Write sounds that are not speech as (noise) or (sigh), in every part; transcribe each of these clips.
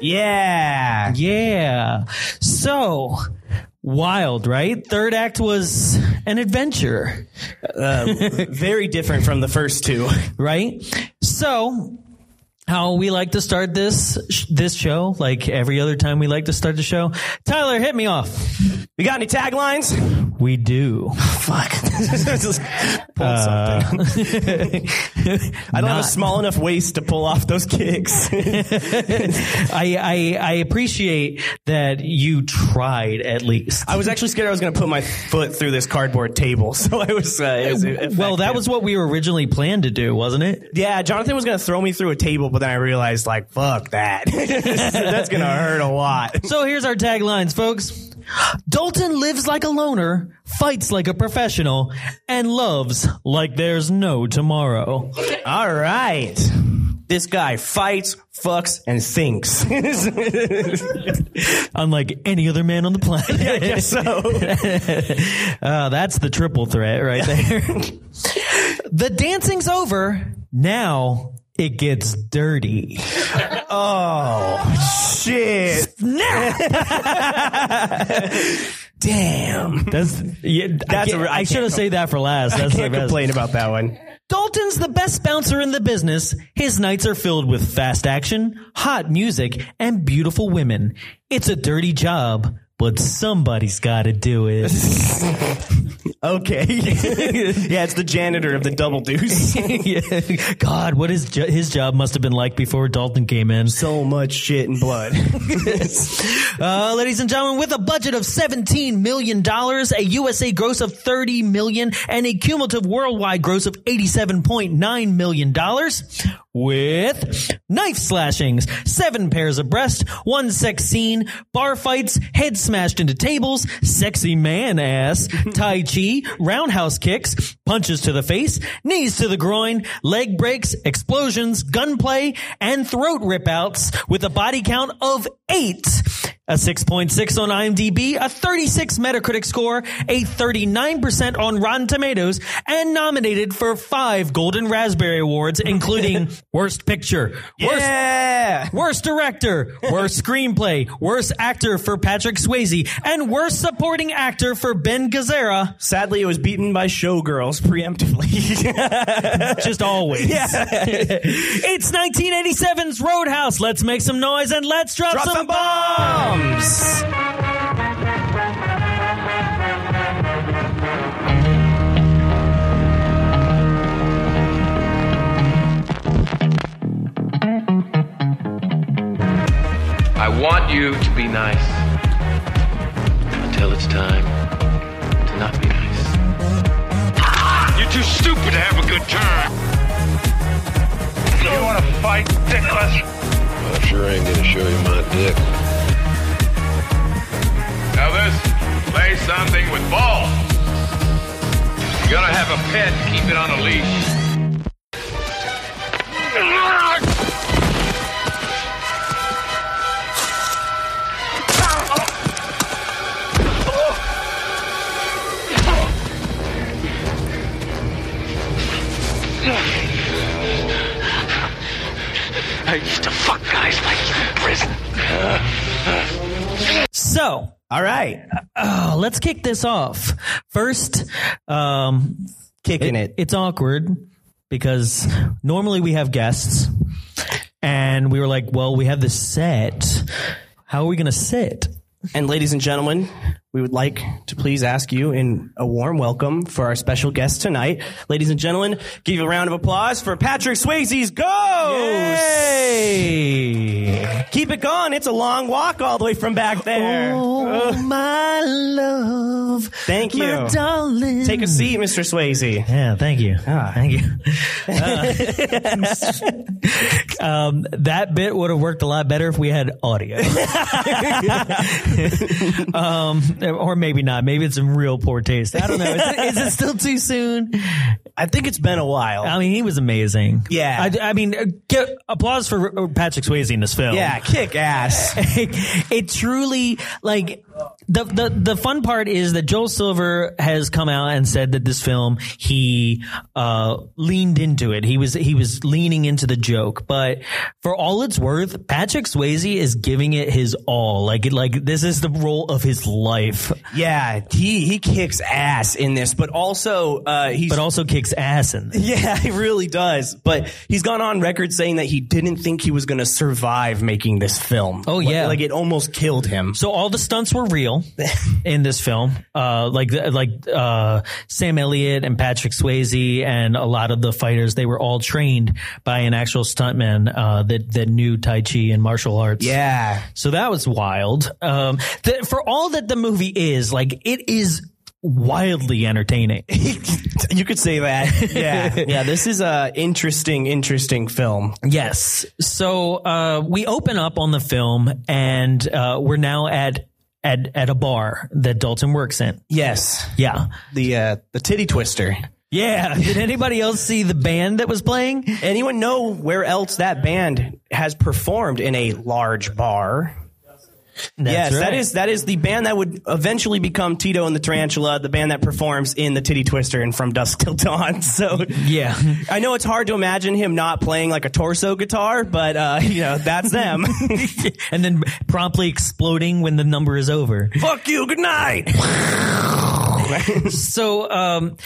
Yeah. Yeah. So wild, right? Third act was an adventure, Very different from the first two. right? So how we like to start this this show, like every other time we like to start the show. Tyler, hit me off. We got any taglines? (laughs) We (laughs) do. Fuck. pull something. (laughs) I don't have a Not. small enough waist to pull off those kicks. I, I I appreciate that you tried at least. I was actually scared I was going to put my foot through this cardboard table, (laughs) so I was. Uh, it was well, that effective. was what we were originally planned to do, wasn't it? Yeah, Jonathan was going to throw me through a table, but then I realized, like, fuck that. (laughs) That's going to hurt a lot. So here's our taglines, folks. Dalton lives like a loner, fights like a professional, and loves like there's no tomorrow. All right. This guy fights, fucks, and thinks. Unlike any other man on the (laughs) planet. (laughs) I guess so. Uh, that's the triple threat right (laughs) there. the dancing's over. Now it gets dirty. (laughs) Shit. Damn. That's yeah, That's that's a I, re- I can't should have saved that for last. That's the Can't best. complain about that one. Dalton's the best bouncer in the business. His nights are filled with fast action, hot music, and beautiful women. It's a dirty job, but somebody's got to do it. (laughs) (laughs) Okay. yeah, it's the janitor of the double deuce. Yeah. God, what his jo- his job must have been like before Dalton came in. so much shit and (laughs) blood. Uh, ladies and gentlemen, with a budget of $17 million, a USA gross of $30 million, and a cumulative worldwide gross of $87.9 million, with knife slashings, seven pairs of breasts, one sex scene, bar fights, head smashed into tables, sexy man ass, tai chi, roundhouse kicks, punches to the face, knees to the groin, leg breaks, explosions, gunplay, and throat ripouts with a body count of eight. A 6.6 on IMDb, a 36 Metacritic score, a 39% on Rotten Tomatoes, and nominated for five Golden Raspberry Awards, including Worst Picture, Worst yeah. Worst director, worst screenplay, worst actor for Patrick Swayze, and worst supporting actor for Ben Gazzara. Sadly, it was beaten by showgirls preemptively. (laughs) Just always. it's 1987's Roadhouse. Let's make some noise and let's drop, Drop some, some bombs. bombs. I want you to be nice until it's time to not be nice. You're too stupid to have a good time. You want to fight, Dickless? I sure ain't gonna show you my dick. Elvis, play something with balls. You gotta have a pet and keep it on a leash. I used to fuck guys like you in prison. So, All right. uh, let's kick this off. First, um, Kicking it. it's awkward because normally we have guests, and we were like, well, we have this set. How are we going to sit? And ladies and gentlemen, we would like to please ask you in a warm welcome for our special guest tonight. Ladies and gentlemen, give a round of applause for Patrick Swayze's Ghost. Hey. Keep it going. It's a long walk all the way from back there. Oh, my love. Thank you. My darling. Take a seat, Mr. Swayze. Yeah, thank you. Thank you. Uh, (laughs) um, that bit would have worked a lot better if we had (laughs) audio. um, or maybe not. Maybe it's in real poor taste. I don't know. Is it, is it still too soon? I think it's been a while. I mean, he was amazing. Yeah. I, I mean, uh, get applause (laughs) for uh, Patrick Swayze in this film. (laughs) yeah, kick ass. it truly like the, the the fun part is that Joel Silver has come out and said that this film he uh, leaned into it. He was he was leaning into the joke, but for all it's worth, Patrick Swayze is giving it his all. Like it, like this is the role of his life, Yeah, he he kicks ass in this, but also uh, he's but also kicks ass in. This. (laughs) yeah, he really does. But he's gone on record saying that he didn't think he was going to survive making this film. Oh, yeah. like, like it almost killed him. So all the stunts were real in this film, uh, like like uh, Sam Elliott and Patrick Swayze and a lot of the fighters. They were all trained by an actual stuntman uh, that that knew Tai Chi and martial arts. Yeah, So that was wild. Um, th- for all that the movie is, like, it is wildly entertaining. you could say (laughs) that. Yeah, yeah. This is a interesting, interesting film. yes. So uh, we open up on the film, and uh, we're now at at at a bar that Dalton works in. Yes, Yeah. the uh, the titty twister. (laughs) Yeah. Did anybody else see the band that was playing? Anyone know where else that band has performed in a large bar? yes, that is that is the band that would eventually become Tito and the Tarantula, the band that performs in the Titty Twister and From Dusk Till Dawn. (laughs) So Yeah. (laughs) I know it's hard to imagine him not playing like a torso guitar, but uh, (laughs) you know (laughs) that's them. and then promptly exploding when the number is over. Fuck you, good night. (laughs) So um,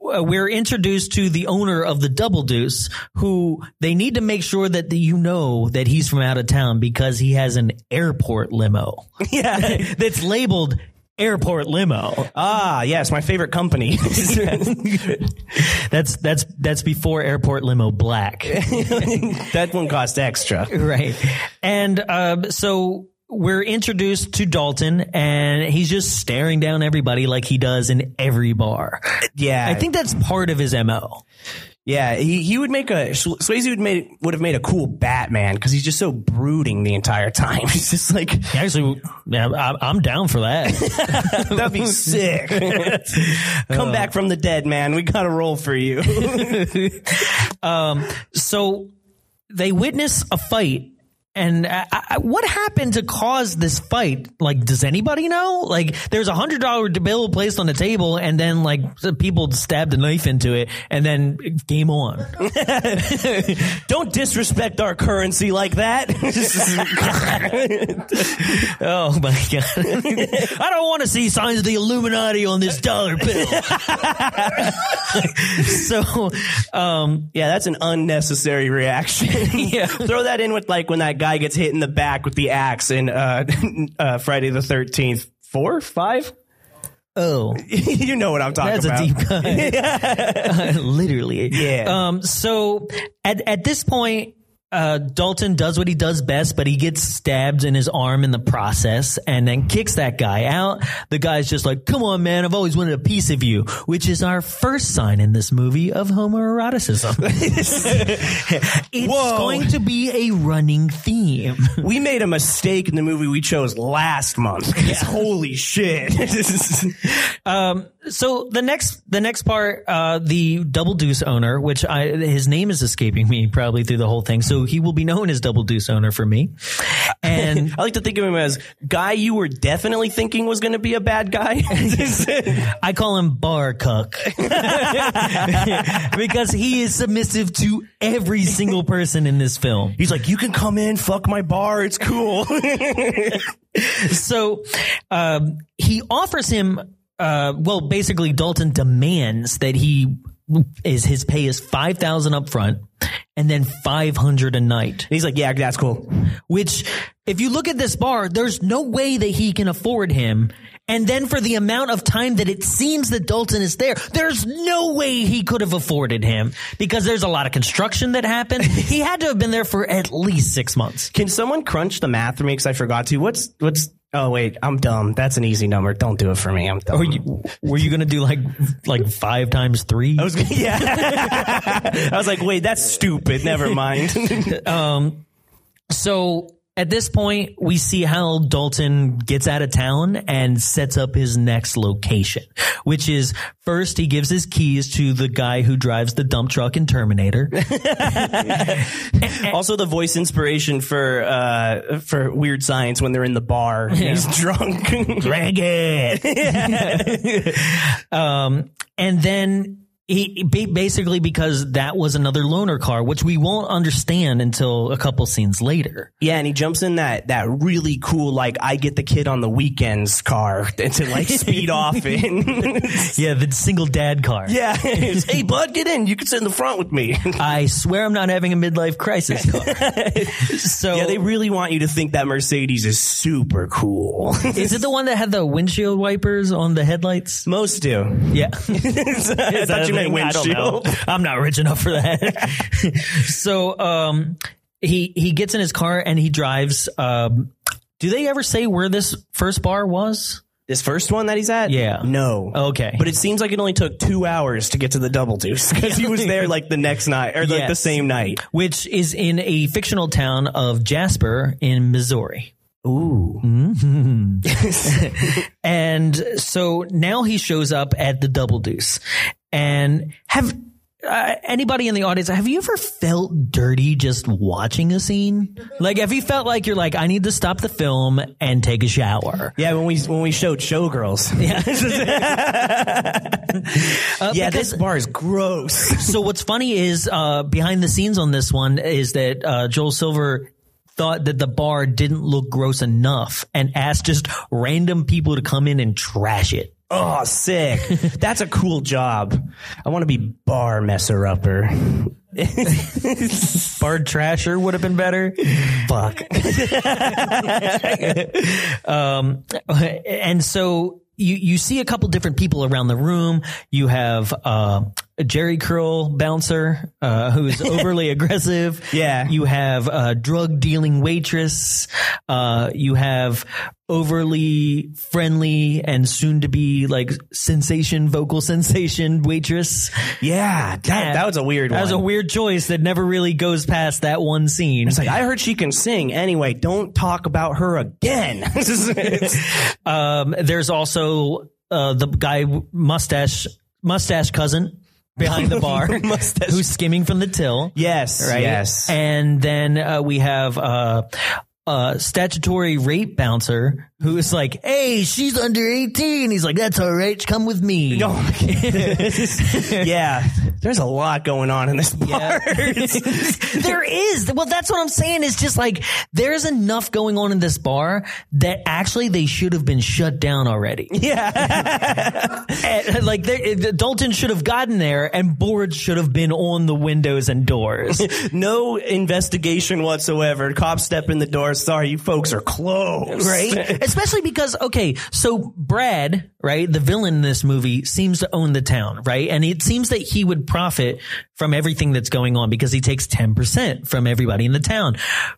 w- we're introduced to the owner of the Double Deuce, who they need to make sure that the, you know that he's from out of town because he has an airport (laughs) limo yeah. that's labeled airport limo. Ah, yes, my (laughs) favorite company. (laughs) That's that's that's before airport limo black, (laughs) that one cost extra. right? And um, so. We're introduced to Dalton and he's just staring down everybody like he does in every bar. Yeah, I think that's part of his MO. Yeah, he, he would make a Sw- Swayze would made would have made a cool Batman because he's just so brooding the entire time. (laughs) He's just like Actually, yeah, I- I'm down for that. that'd be sick. Come Uh. back from the dead, man. We got to roll (laughs) for you. (laughs) so they witness a fight. And I, I, what happened to cause this fight? Like, does anybody know? Like, there's a hundred dollar bill placed on the table, and then like the people stabbed a knife into it, and then game on. Don't disrespect our currency like that. (laughs) Oh my god! I don't want to see signs of the Illuminati on this dollar bill. (laughs) so, um, yeah, that's an unnecessary reaction. (laughs) Yeah. throw that in with like when that guy gets hit in the back with the axe in uh, (laughs) uh, Friday the Thirteenth. Four, five. (laughs) oh, you know what I'm talking That's about. a deep (laughs) cut. (laughs) Literally. Yeah. Um, so at, at this point, uh, Dalton does what he does best, but he gets stabbed in his arm in the process and then kicks that guy out. The guy's just like, come on, man, I've always wanted a piece of you, which is our first sign in this movie of homoeroticism. (laughs) it's Whoa. going to be a running theme. We made a mistake in the movie we chose last month. 'Cause Holy shit. Um, so the next the next part uh the double deuce owner which i his name is escaping me probably through the whole thing so he will be known as double deuce owner for me and (laughs) I like to think of him as guy you were definitely thinking was going to be a bad guy. i call him bar cuck because he is submissive to every single person in this film He's like, you can come in, fuck my bar, it's cool. so um, he offers him uh, well basically dalton demands that he is his pay is 5000 up front and then 500 a night He's like, yeah, that's cool. which if you look at this bar, there's no way that he can afford him. And then for the amount of time that it seems that Dalton is there, there's no way he could have afforded him because there's a lot of construction that happened. he had to have been there for at least six months. Can someone crunch the math for me? Because I forgot to. What's, what's, oh, wait, I'm dumb. That's an easy number. Don't do it for me. I'm dumb. Were you, were you going to do like like five times three? I was, yeah. I was like, wait, that's stupid. Never mind. So At this point, we see how Dalton gets out of town and sets up his next location, which is first he gives his keys to the guy who drives the dump truck in (laughs) Terminator. Also, the voice inspiration for uh, for Weird Science when they're in the bar. and He's drunk. Drag it. um, and then he ba- basically because that was another loaner car, which we won't understand until a couple scenes (laughs) later. yeah, and he jumps in that that really cool like I get the kid on the weekends car (laughs) to like speed off in. (laughs) Yeah, the single dad car. yeah, It's, hey bud, get in. You can sit in the front with me. I swear I'm not having a midlife (laughs) crisis car. so yeah, they really want you to think that Mercedes is super cool. (laughs) is it the one that had the windshield wipers on the headlights? Most do. (laughs) Yeah. Mm-hmm. I thought you meant windshield. (laughs) (laughs) I'm not rich enough for that. (laughs) so um, he he gets in his car and he drives. Um, do they ever say where this first bar was? This first one that he's at? Yeah. Oh, No. Okay. But it seems like it only took two hours to get to the Double Deuce because he was (laughs) there like the next night or like the Yes. same night. Which is in a fictional town of Jasper in Missouri. Ooh. And so now he shows up at the Double Deuce. And have uh, anybody in the audience, have you ever felt dirty just watching a scene? Like, have you felt like you're like, I need to stop the film and take a shower? Yeah, when we when we showed Showgirls. (laughs) Yeah, (laughs) this bar is (laughs) gross. Uh, so what's funny is uh, behind the scenes on this one is that uh, Joel Silver thought that the bar didn't look gross enough and asked just random people to come in and trash it. oh, sick. That's a cool job. I want to be bar messer upper. Bar trasher would have been better. Fuck. Um, and so you, you see a couple different people around the room. You have uh, Jerry Curl bouncer uh, who (laughs) is overly aggressive. Yeah. You have a drug dealing waitress. Uh, you have overly friendly and soon to be like sensation vocal sensation waitress. Yeah, that, that was a weird That one. was a weird choice that never really goes past that one scene. It's like, I heard she can sing. Anyway, don't talk about (laughs) her again. (laughs) Um, there's also uh, the guy mustache mustache cousin behind (laughs) the bar Mustache. who's skimming from the till. yes, right? yes. (laughs) And then uh, we have. Uh, uh, statutory rape bouncer who is like, "Hey, she's under 18." He's like, "That's all right, come with me." Oh my God. yeah, there's a lot going on in this (laughs) bar. (laughs) there is. Well, that's what I'm saying. It's just like there's enough going on in this bar that actually they should have been shut down already. (laughs) And, like they, the Dalton should have gotten there, and boards should have been on the windows and doors. no investigation whatsoever. Cops step in the door. Sorry, you folks are closed. Right? Especially because, okay, so Brad, right, the villain in this movie seems to own the town, right? And it seems that he would profit from everything that's going on because he takes 10% from everybody in the town.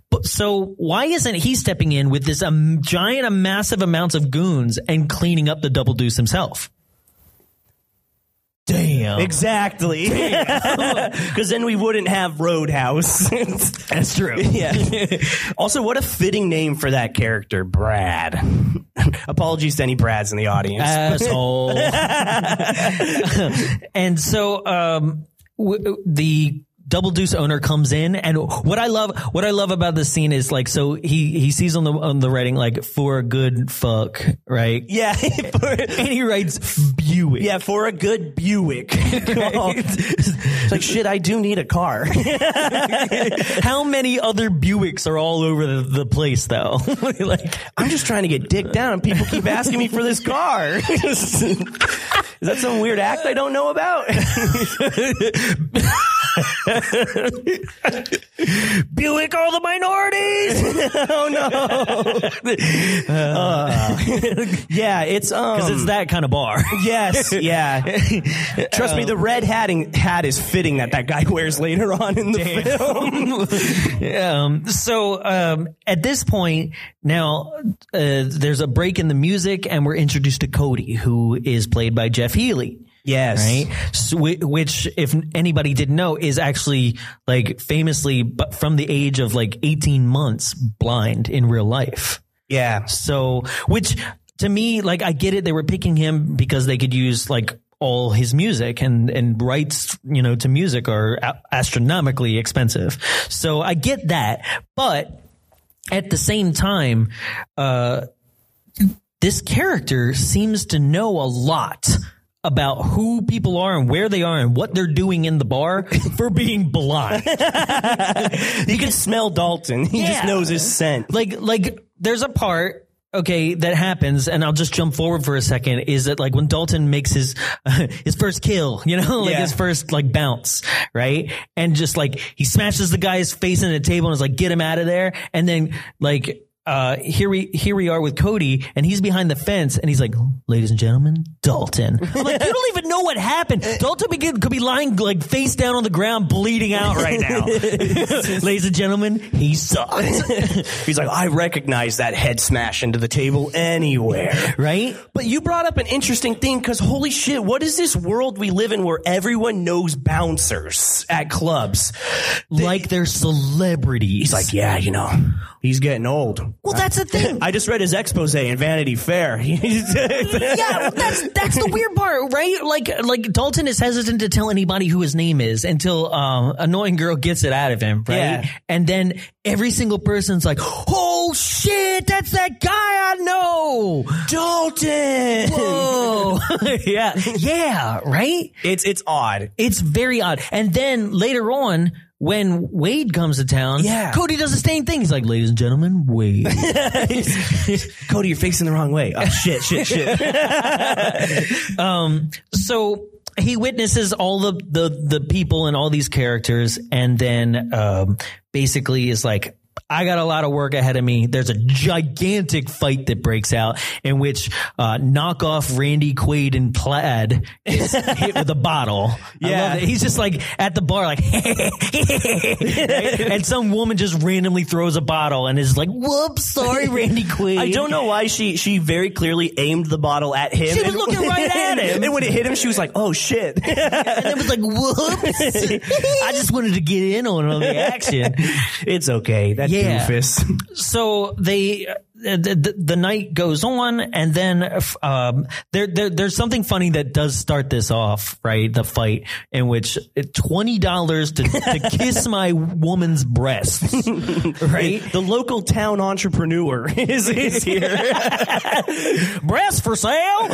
But so why isn't he stepping in with this um, giant, um, massive amounts of goons and cleaning up the double deuce himself? Damn. (laughs) Exactly. (laughs) Because then we wouldn't have Roadhouse. (laughs) That's true. (laughs) yeah. also, what a fitting name for that character, Brad. (laughs) Apologies to any Brads in the audience. Uh, asshole. (laughs) and so um, w- the double deuce owner comes in, and what I love, what I love about this scene is like, so he he sees on the on the writing like for a good fuck, right? yeah. (laughs) for- And he writes Buick. (laughs) yeah, Oh. for a good Buick. (laughs) it's like, shit, I do need a car. (laughs) How many other Buicks are all over the, the place (laughs) though? like, I'm just trying to get dick down, and people keep asking me for this car. (laughs) Is that some weird act I don't know about? (laughs) Buick, all the minorities. (laughs) oh no! (laughs) Uh, yeah, it's um. it's that kind of bar. (laughs) yes, yeah. Trust me, Um, the red hatting hat is fitting that that guy wears later on in the film. (laughs) um, so um, at this point now uh, there's a break in the music and we're introduced to cody who is played by jeff healy Yes. Right. So, whi- which, if anybody didn't know, is actually like famously bu- from the age of like 18 months blind in real life. Yeah. So, which to me, like, I get it. They were picking him because they could use like all his music and, and rights, you know, to music are a- astronomically expensive. So I get that. But at the same time, uh, this character seems to know a lot about who people are and where they are and what they're doing in the bar for being blind. He can smell Dalton. He just Yeah. knows his scent. like like there's a part okay that happens and i'll just jump forward for a second is that like when dalton makes his (laughs) his first kill you know (laughs) like Yeah. his first like bounce right and just like he smashes the guy's face into the table and is like get him out of there and then like uh here we here we are with cody and he's behind the fence and he's like ladies and gentlemen dalton I'm like you don't even know what happened dalton be- could be lying like face down on the ground bleeding out right now (laughs) ladies and gentlemen he sucks He's like, I recognize that head smash into the table anywhere. (laughs) right But you brought up an interesting thing because holy shit, what is this world we live in where everyone knows bouncers at clubs? like they're celebrities. He's like, yeah, you know, he's getting old. well, that's the thing. (laughs) I just read his expose in Vanity Fair. (laughs) yeah, well, that's that's the weird part, right? Like like Dalton is hesitant to tell anybody who his name is until um, annoying girl gets it out of him, right? Yeah. And then every single person's like, "Oh shit, that's that guy I (laughs) know." Dalton. (laughs) Whoa. (laughs) yeah. Yeah, right? It's it's odd. It's very odd. And then later on, when Wade comes to town, Yeah. Cody does the same thing. He's like, ladies and gentlemen, Wade. Cody, you're facing the wrong way. Oh shit, shit, shit. so he witnesses all the, the the people and all these characters and then um basically is like I got a lot of work ahead of me. There's a gigantic fight that breaks out in which uh, knockoff Randy Quaid in plaid is hit with a bottle. I Yeah. love that. he's just like at the bar, like, (laughs) right? and some woman just randomly throws a bottle and is like, "Whoops, (laughs) sorry, Randy Quaid." (laughs) I don't know why she she very clearly aimed the bottle at him. She was looking right at him. And when it hit him, she was like, "Oh (laughs) shit!" And it was like, (laughs) "Whoops." I just wanted to get in on all the action. it's okay. That Yeah. doofus. so they uh, the, the, the night goes on and then uh, f- um, there, there there's something funny that does start this off right the fight in which $20 to, to (laughs) kiss my woman's breasts right The local town entrepreneur (laughs) is, is here. breasts for sale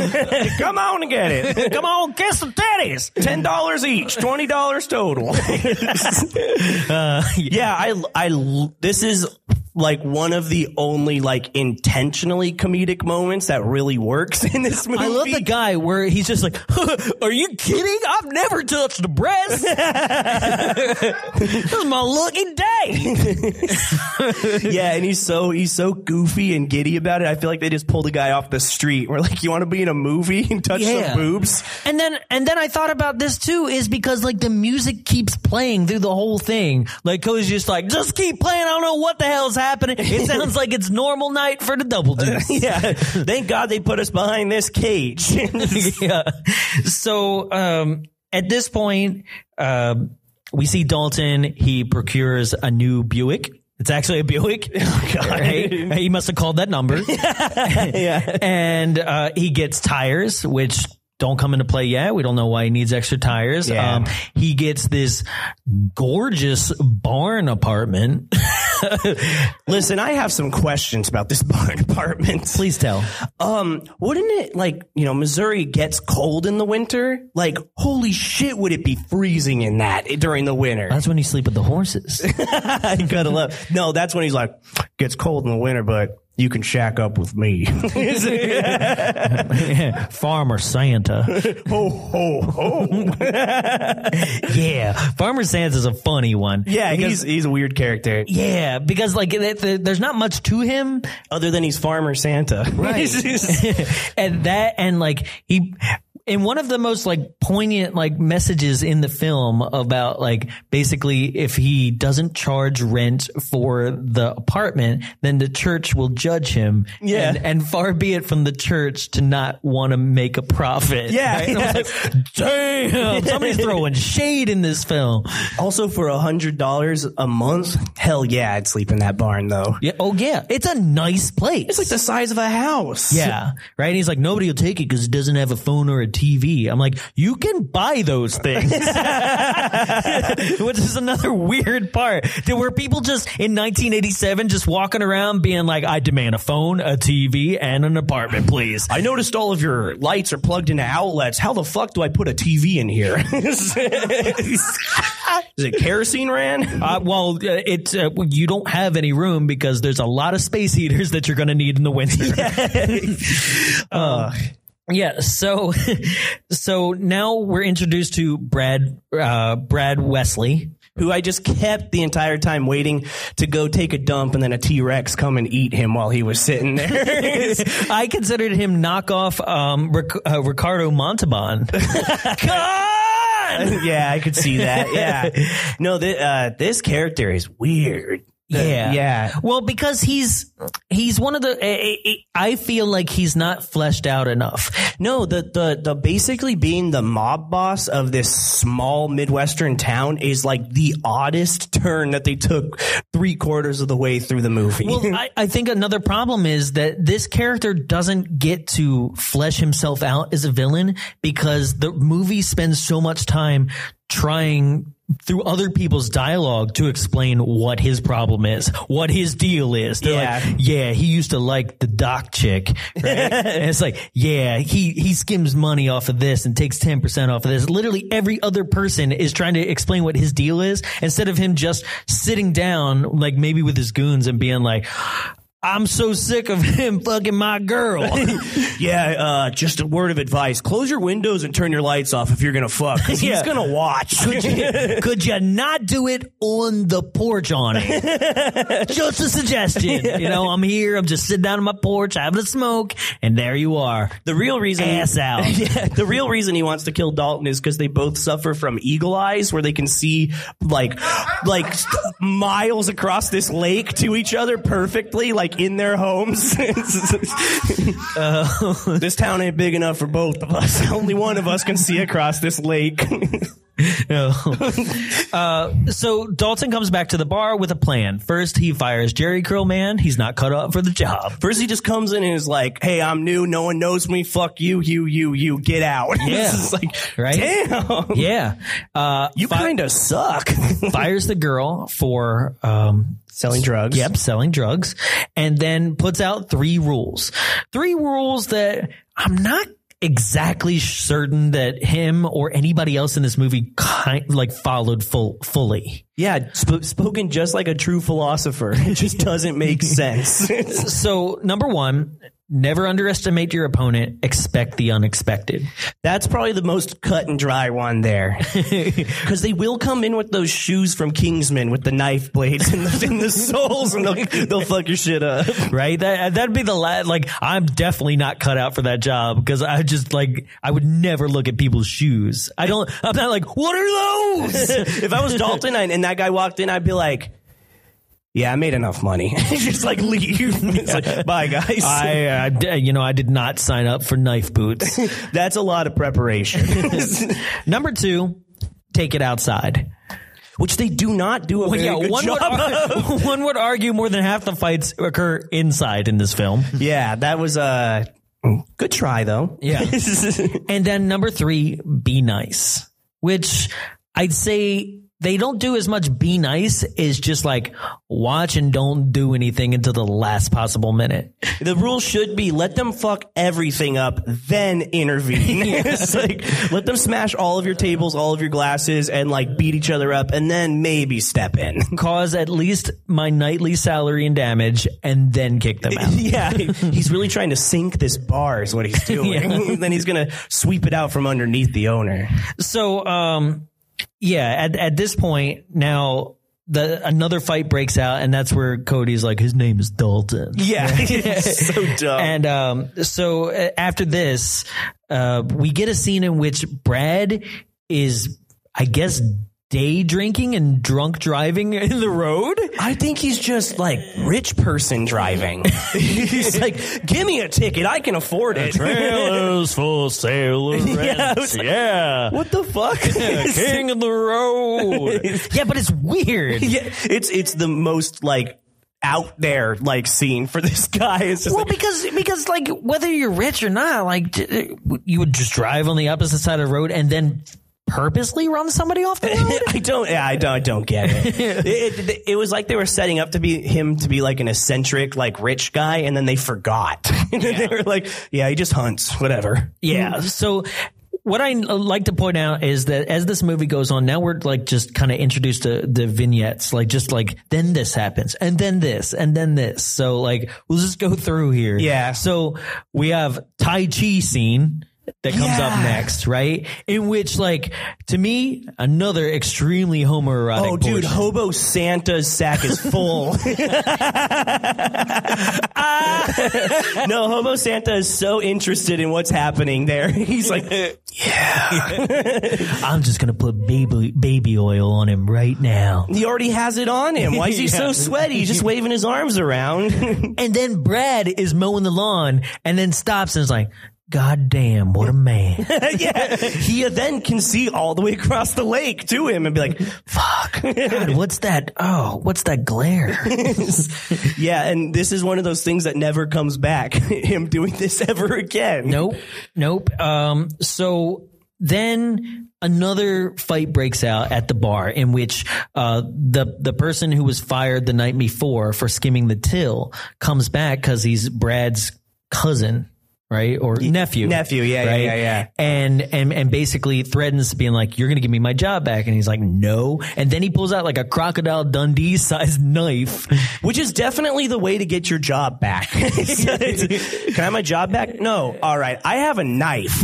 (laughs) Come on and get it. come on kiss the titties Ten dollars each, twenty dollars (laughs) total. Uh, yeah, I, I, this is like one of the only like intentionally comedic moments that really works in this movie. I love the guy where he's just like, (laughs) "Are you kidding? I've never touched a (laughs) breast. this is my lucky day." Yeah, and he's so he's so goofy and giddy about it. I feel like they just pulled a guy off the street. (laughs) We're like, you want to be in a movie and touch Yeah. some (laughs) boobs? And then and then I thought about this too is because like the music keeps playing through the whole thing. Like Cody's just like, just keep playing. I don't know what the hell's happening. (laughs) It sounds like it's normal night for the double (laughs) deuce. Yeah. Thank God they put us behind this cage. (laughs) (laughs) yeah. So um, at this point, um, we see Dalton. He procures a new Buick. It's actually a (laughs) Buick. Right? He must have called that (laughs) number. yeah. and uh, he gets tires, which don't come into play yet. We don't know why he needs extra tires. Um, Yeah. he gets this gorgeous barn apartment. Listen, I have some questions about this (laughs) barn apartment. Please tell. Um, wouldn't it like you know Missouri gets cold in the winter? Like, holy shit, would it be freezing in that during the winter? That's when you sleep with the (laughs) horses. (laughs) I gotta love. No, that's when he's like, gets cold in the winter, but you can shack up with me. (laughs) (laughs) Farmer Santa. ho ho ho! Yeah. Farmer Santa's a funny one. Yeah, Because- he's he's a weird character. Yeah, because like th- th- there's not much to him, (laughs) (laughs) Other than he's Farmer Santa, and that and like he in one of the most like poignant like messages in the film about like basically if he doesn't charge rent for the apartment, then the church will judge him. Yeah. And, and far be it from the church to not want to make a profit. Yeah, (laughs) And I was yes. like, (laughs) damn, somebody's throwing shade in this film. Also, for a hundred dollars a month, hell yeah, I'd sleep in that barn though. Yeah. Oh yeah. It's a nice place. It's like the size of a house. (laughs) Yeah. Right. And he's like, nobody will take it because it doesn't have a phone or a TV. I'm like, you can buy those things. (laughs) Which is another weird part. There were people just in 1987 just walking around being like, I demand a phone, a TV, and an apartment, please. I noticed all of your lights are plugged into outlets. How the fuck do I put a TV in here? (laughs) Is it kerosene ran? Uh, well, uh, it's uh, well, you don't have any room because there's a lot of space heaters that you're going to need in the winter. (laughs) Um, yeah. So, (laughs) so now we're introduced to Brad uh, Brad Wesley. Who I just kept the entire time waiting to go take a dump, and then a T Rex come and eat him while he was sitting (laughs) there. I considered him knockoff um, Ric- uh, Ricardo Montalban. (laughs) Come on! (laughs) yeah, I could see that. Yeah, (laughs) no, th- uh, this character is weird. Yeah. yeah. Well, because he's he's one of the I- I I feel like he's not fleshed out enough. No, the, the the basically being the mob boss of this small midwestern town is like the oddest turn that they took three quarters of the way through the movie. (laughs) Well, I, I think another problem is that this character doesn't get to flesh himself out as a villain because the movie spends so much time trying through other people's dialogue to explain what his problem is, what his deal is. They're Yeah. like, yeah, he used to like the doc chick. (laughs) Right? and it's like, yeah, he, he skims money off of this and takes 10% off of this. Literally every other person is trying to explain what his deal is instead of him just sitting down, like maybe with his goons and being like, I'm so sick of him fucking my (laughs) girl. yeah, uh, just a word of advice: close your windows and turn your lights off if you're gonna fuck. 'cause (laughs) Yeah. He's gonna watch. Could you, could you not do it on the porch on (laughs) it? just a suggestion. You know, I'm here. I'm just sitting down on my porch having a smoke, and there you are. the real reason Ass (laughs) out. Yeah, the real reason he wants to kill Dalton is because they both suffer from eagle eyes, where they can see like like st- miles across this lake to each other perfectly, like in their homes. (laughs) Uh, this town ain't big enough for both of us. (laughs) Only one of us can see across this lake. (laughs) (laughs) Uh, So Dalton comes back to the bar with a plan. First, he fires Jerry Curlman. He's not cut up for the job. First, he just comes in and is like, "Hey, I'm new. No one knows me. Fuck you, you, you, you. Get out." (laughs) Yeah. it's like, Right? Damn, Yeah. Uh, you fi- kind of suck. (laughs) fires the girl for um, Selling drugs. Yep, selling drugs, and then puts out three rules. Three rules that I'm not exactly certain that him or anybody else in this movie kind like followed full fully. Yeah, sp- spoken just like a true philosopher. (laughs) It just (laughs) doesn't make sense. (laughs) So number one. Never underestimate your opponent. Expect the unexpected. That's probably the most cut and dry one there. (laughs) Because they will come in with those shoes from Kingsman with the knife blades and the, and the soles, and they'll, they'll fuck your shit up. (laughs) Right? That uh, that'd be the la- like I'm definitely not cut out for that job because I just like I would never look at people's shoes. I don't I'm not like, what are (laughs) those? if I was Dalton I, and that guy walked in, I'd be like, yeah, I made enough money. (laughs) just like leave. (laughs) It's like, bye, guys. I, I d- you know, I did not sign up for knife (laughs) boots. That's a lot of (laughs) preparation, Number two, take it outside. (laughs) which they do not do a very good one would, job of. ar- (laughs) one would argue more than half the fights occur inside in this film. Yeah, that was a uh, good try though. Yeah. (laughs) And then number three, be nice, which I'd say they don't do as much be nice is just like watch and don't do anything until the last possible minute. the rule should be let them fuck everything up, then (laughs) intervene. it's like let them smash all of your tables, all of your glasses, and like beat each other up, and then maybe step in. Cause at least my nightly salary and damage and then kick them (laughs) out. (laughs) yeah, he's really trying to sink this bar, is what (laughs) he's doing. then he's gonna sweep it out from underneath the owner. (laughs) so um yeah at, at this point now the another fight breaks out and that's where cody's like his name is dalton (laughs) (laughs) Yeah, it's so dumb. um, and um so uh, after this uh, we get a scene in which Brad is, I guess, day drinking and drunk driving in the road. I think he's just like rich person (laughs) driving. he's like, give me a ticket, I can afford it. Trailers (laughs) for sale and Yeah, I rent. was like, yeah. what (laughs) the fuck? King of the (laughs) road. yeah, but it's weird. yeah, it's it's the most like out there like scene for this guy. It's just Well, like, because because like whether you're rich or not, like d- you would just drive on the opposite side of the road and then purposely run somebody (laughs) off the road. I don't. Yeah, I don't. I don't get (laughs) it. it, it. It was like they were setting up to be him to be like an eccentric, like rich guy, and then they forgot. (laughs) and then they were like, "Yeah, he just hunts, whatever." Yeah. So what I like to point out is that as this movie goes on, now we're like just kind of introduced to the vignettes, like just like then this happens and then this and then this. So like we'll just go through here. Yeah. So we have Tai Chi scene that comes up Yeah. next, right? In which like to me another extremely homoerotic. Oh, dude, portion. Hobo Santa's sack (laughs) is full. (laughs) no, Hobo Santa is so interested in what's happening there. (laughs) He's like, I'm just gonna put baby baby oil on him right now. he already has it on him. Why (laughs) is he Yeah. so sweaty? He's just waving his arms around. (laughs) And then Brad is mowing the lawn and then stops and is like, God damn, what a man. yeah. He then can see all the way across the lake to him and be like, fuck. God, what's that? Oh, what's that glare? yeah. And this is one of those things that never comes back. (laughs) him doing this ever again. nope. Nope. Um, so then another fight breaks out at the bar in which uh, the the person who was fired the night before for skimming the till comes back because he's Brad's cousin. Right or nephew, nephew, yeah, yeah, right? yeah, yeah. and and and basically threatens being like, "You're gonna give me my job back," and he's like, "No," and then he pulls out like a crocodile Dundee sized knife, Which is definitely the way to get your job back. (laughs) Can I have my job back? No. All right. I have a knife.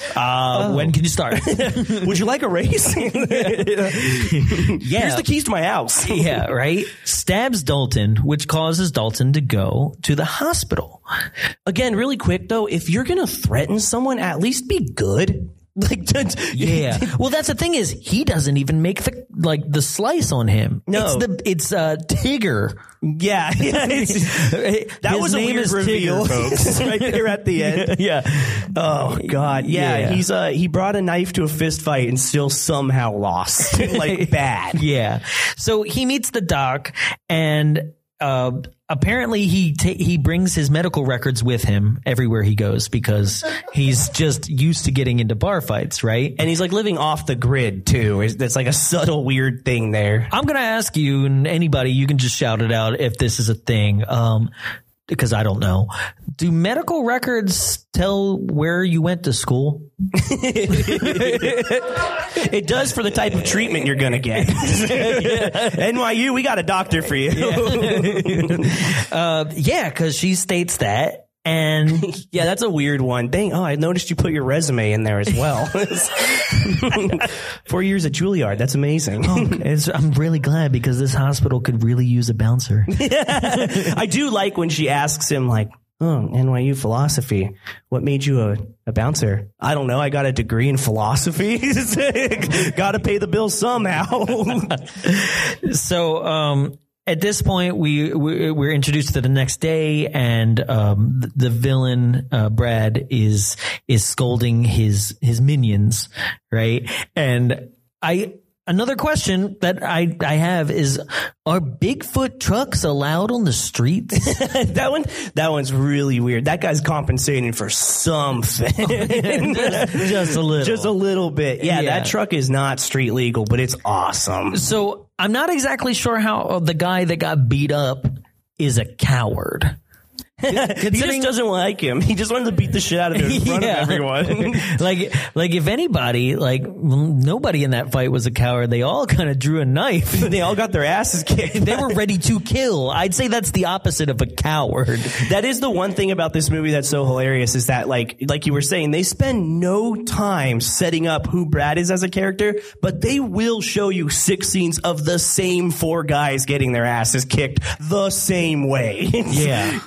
(laughs) Um, Oh. Uh, When can you start? Would you like a raise? (laughs) yeah. Here's the keys to my house. yeah, right? Stabs Dalton, which causes Dalton to go to the hospital. Again, really quick though, if you're gonna threaten someone, at least be good. (laughs) Like, don't- (laughs) Yeah. well, that's the thing is he doesn't even make the like the slice on him. No. It's the it's uh Tigger. (laughs) yeah, yeah. it's- (laughs) that His was a name weird is reveal, Tigger, folks. (laughs) right there at (laughs) the end. (laughs) yeah. Oh God, yeah. Yeah. He's uh, he brought a knife to a fist fight and still somehow (laughs) lost, (laughs) like bad. Yeah. So he meets the doc and uh apparently he ta- he brings his medical records with him everywhere he goes because he's just used to getting into bar fights, right? And he's like living off the grid too. It's- That's like a subtle weird (laughs) thing there. I'm going to ask you and anybody, you can just shout it out if this is a thing. Um, because I don't know. Do medical records tell where you went to school? It does for the type of treatment you're gonna get. (laughs) NYU, we got a doctor for you. Uh, yeah, because she states that. And (laughs) Yeah, that's a weird one. Dang, oh, I noticed you put your resume in there as well. (laughs) Four years at Juilliard. That's amazing. (laughs) it's, I'm really glad because this hospital could really use a bouncer. I do like when she asks him, like, oh, NYU philosophy. What made you a, a bouncer? I don't know. I got a degree in philosophy. (laughs) got to pay the bill somehow. (laughs) so um at this point we, we we're introduced to the next day and um th- the villain uh, Brad is is scolding his his minions right and I another question that I I have is are Bigfoot trucks allowed on the streets (laughs) that one, that one's really weird. That guy's compensating (laughs) for (laughs) something. just a little Just a little bit. Yeah, Yeah. that truck is not street legal, but it's awesome. so I'm not exactly sure how uh, the guy that got beat up is a coward (laughs) He just doesn't like him. He just wanted to beat the shit out of him in (laughs) front Yeah. of everyone. like like if anybody like m- nobody in that fight was a coward they all kind of drew a knife they all got their asses kicked. they were ready to kill i'd say that's the opposite of a coward that is the one thing about this movie that's so hilarious is that like like you were saying they spend no time setting up who Brad is as a character, but they will show you six scenes of the same four guys getting their asses kicked the same way. (laughs) (laughs) yeah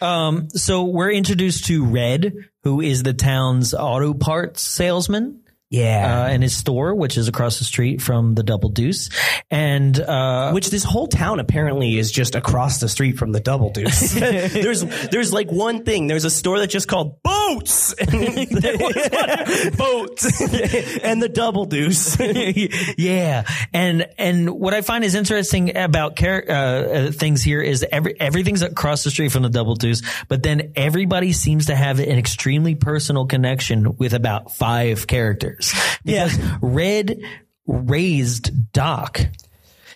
um so we're introduced to red who is the town's auto parts salesman. Yeah. Uh, and his store, which is across the street from the Double Deuce, and uh, Which this whole town apparently is just across the street from the Double Deuce. there's there's like one thing. There's a store that's just called Boats. (laughs) And there was one, Boats (laughs) and the Double Deuce. yeah, and and what I find is interesting about char- uh, uh, things here is every everything's across the street from the Double Deuce, but then everybody seems to have an extremely personal connection with about five characters. Because Red raised Doc.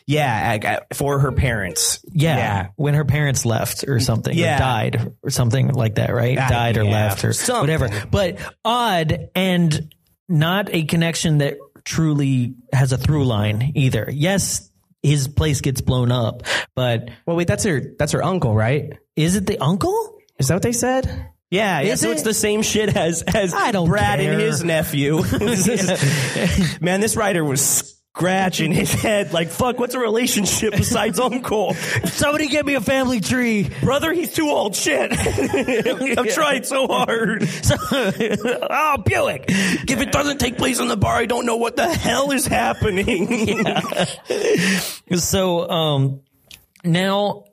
yeah, I- I- for her parents. Yeah, when her parents left or something, Yeah. or died or something like that, right? Ah, died or yeah, left or something. whatever. But odd and not a connection that truly has a through line either. Yes, his place gets blown up, but Well, wait, that's her that's her uncle, right? is it the uncle? Is that what they said? Yeah, yeah. Is So it? it's the same shit as as I don't Brad care. and his (laughs) nephew. This is- Man, this writer was scratching his head like, "Fuck, what's a relationship (laughs) besides uncle, Somebody get me a family tree. (laughs) brother? He's too old. Shit, (laughs) I've tried so hard. oh, Buick. If it doesn't take place in the bar, I don't know what the hell is happening. (laughs) So um, now,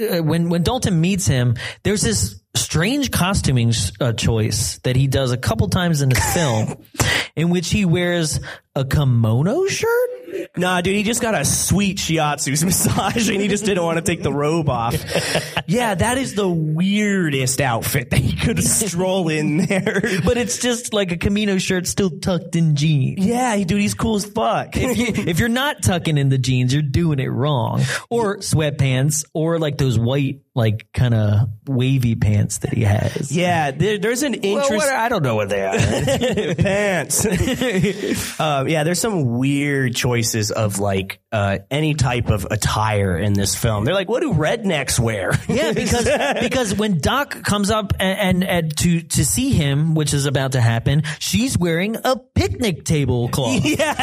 uh, when when Dalton meets him, there's this strange costuming uh, choice that he does a couple times in the film, in which he wears a kimono shirt. Nah, dude, he just got a sweet shiatsu's (laughs) massage and he just didn't want to take the (laughs) robe off. yeah, that is the weirdest outfit that he could stroll in (laughs) there. But But it's just like a Camino shirt still tucked in jeans. yeah, dude, he's cool as fuck. (laughs) if you're not tucking in the jeans, you're doing it wrong. Or sweatpants, or like those white, like kind of wavy pants that he has. yeah, there, there's an interest. I don't know what they are. (laughs) (laughs) pants. uh, yeah, there's some weird choices of like uh, any type of attire in this film. They're like, what do rednecks wear? (laughs) Yeah, because because when Doc comes up and, and, and to to see him, which is about to happen, she's wearing a picnic table cloth. (laughs) yeah,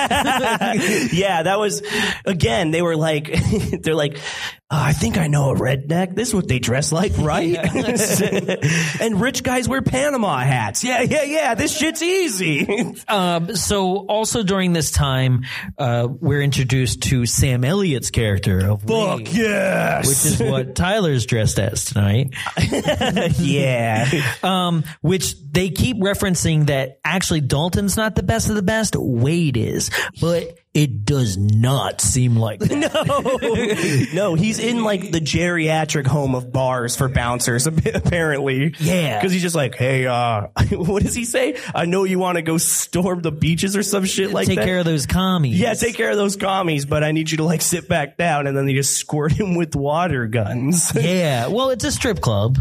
that was again. They were like, (laughs) they're like, "Oh, I think I know a redneck. This is what they dress like, (laughs) right? (laughs) and rich guys wear Panama hats. Yeah, yeah, yeah. This shit's easy. (laughs) Um, so also during this time, uh, we're introduced to Sam Elliott's character of Lee, Fuck yes. which is what Tyler's dressed as tonight. (laughs) (laughs) yeah, Um, which they keep referencing that actually Dalton's not the best of the best. Wade is, but it does not seem like that. no, he's in like the geriatric home of bars for bouncers, (laughs) apparently. Yeah. because he's just like, hey, uh, (laughs) what does he say? I know you want to go storm the beaches or some shit (laughs) like Take that. care of those commies. Yeah, take care of those commies, but I need you to like sit back down. And then they just squirt him with water guns. (laughs) Yeah. Well, it's a strip club,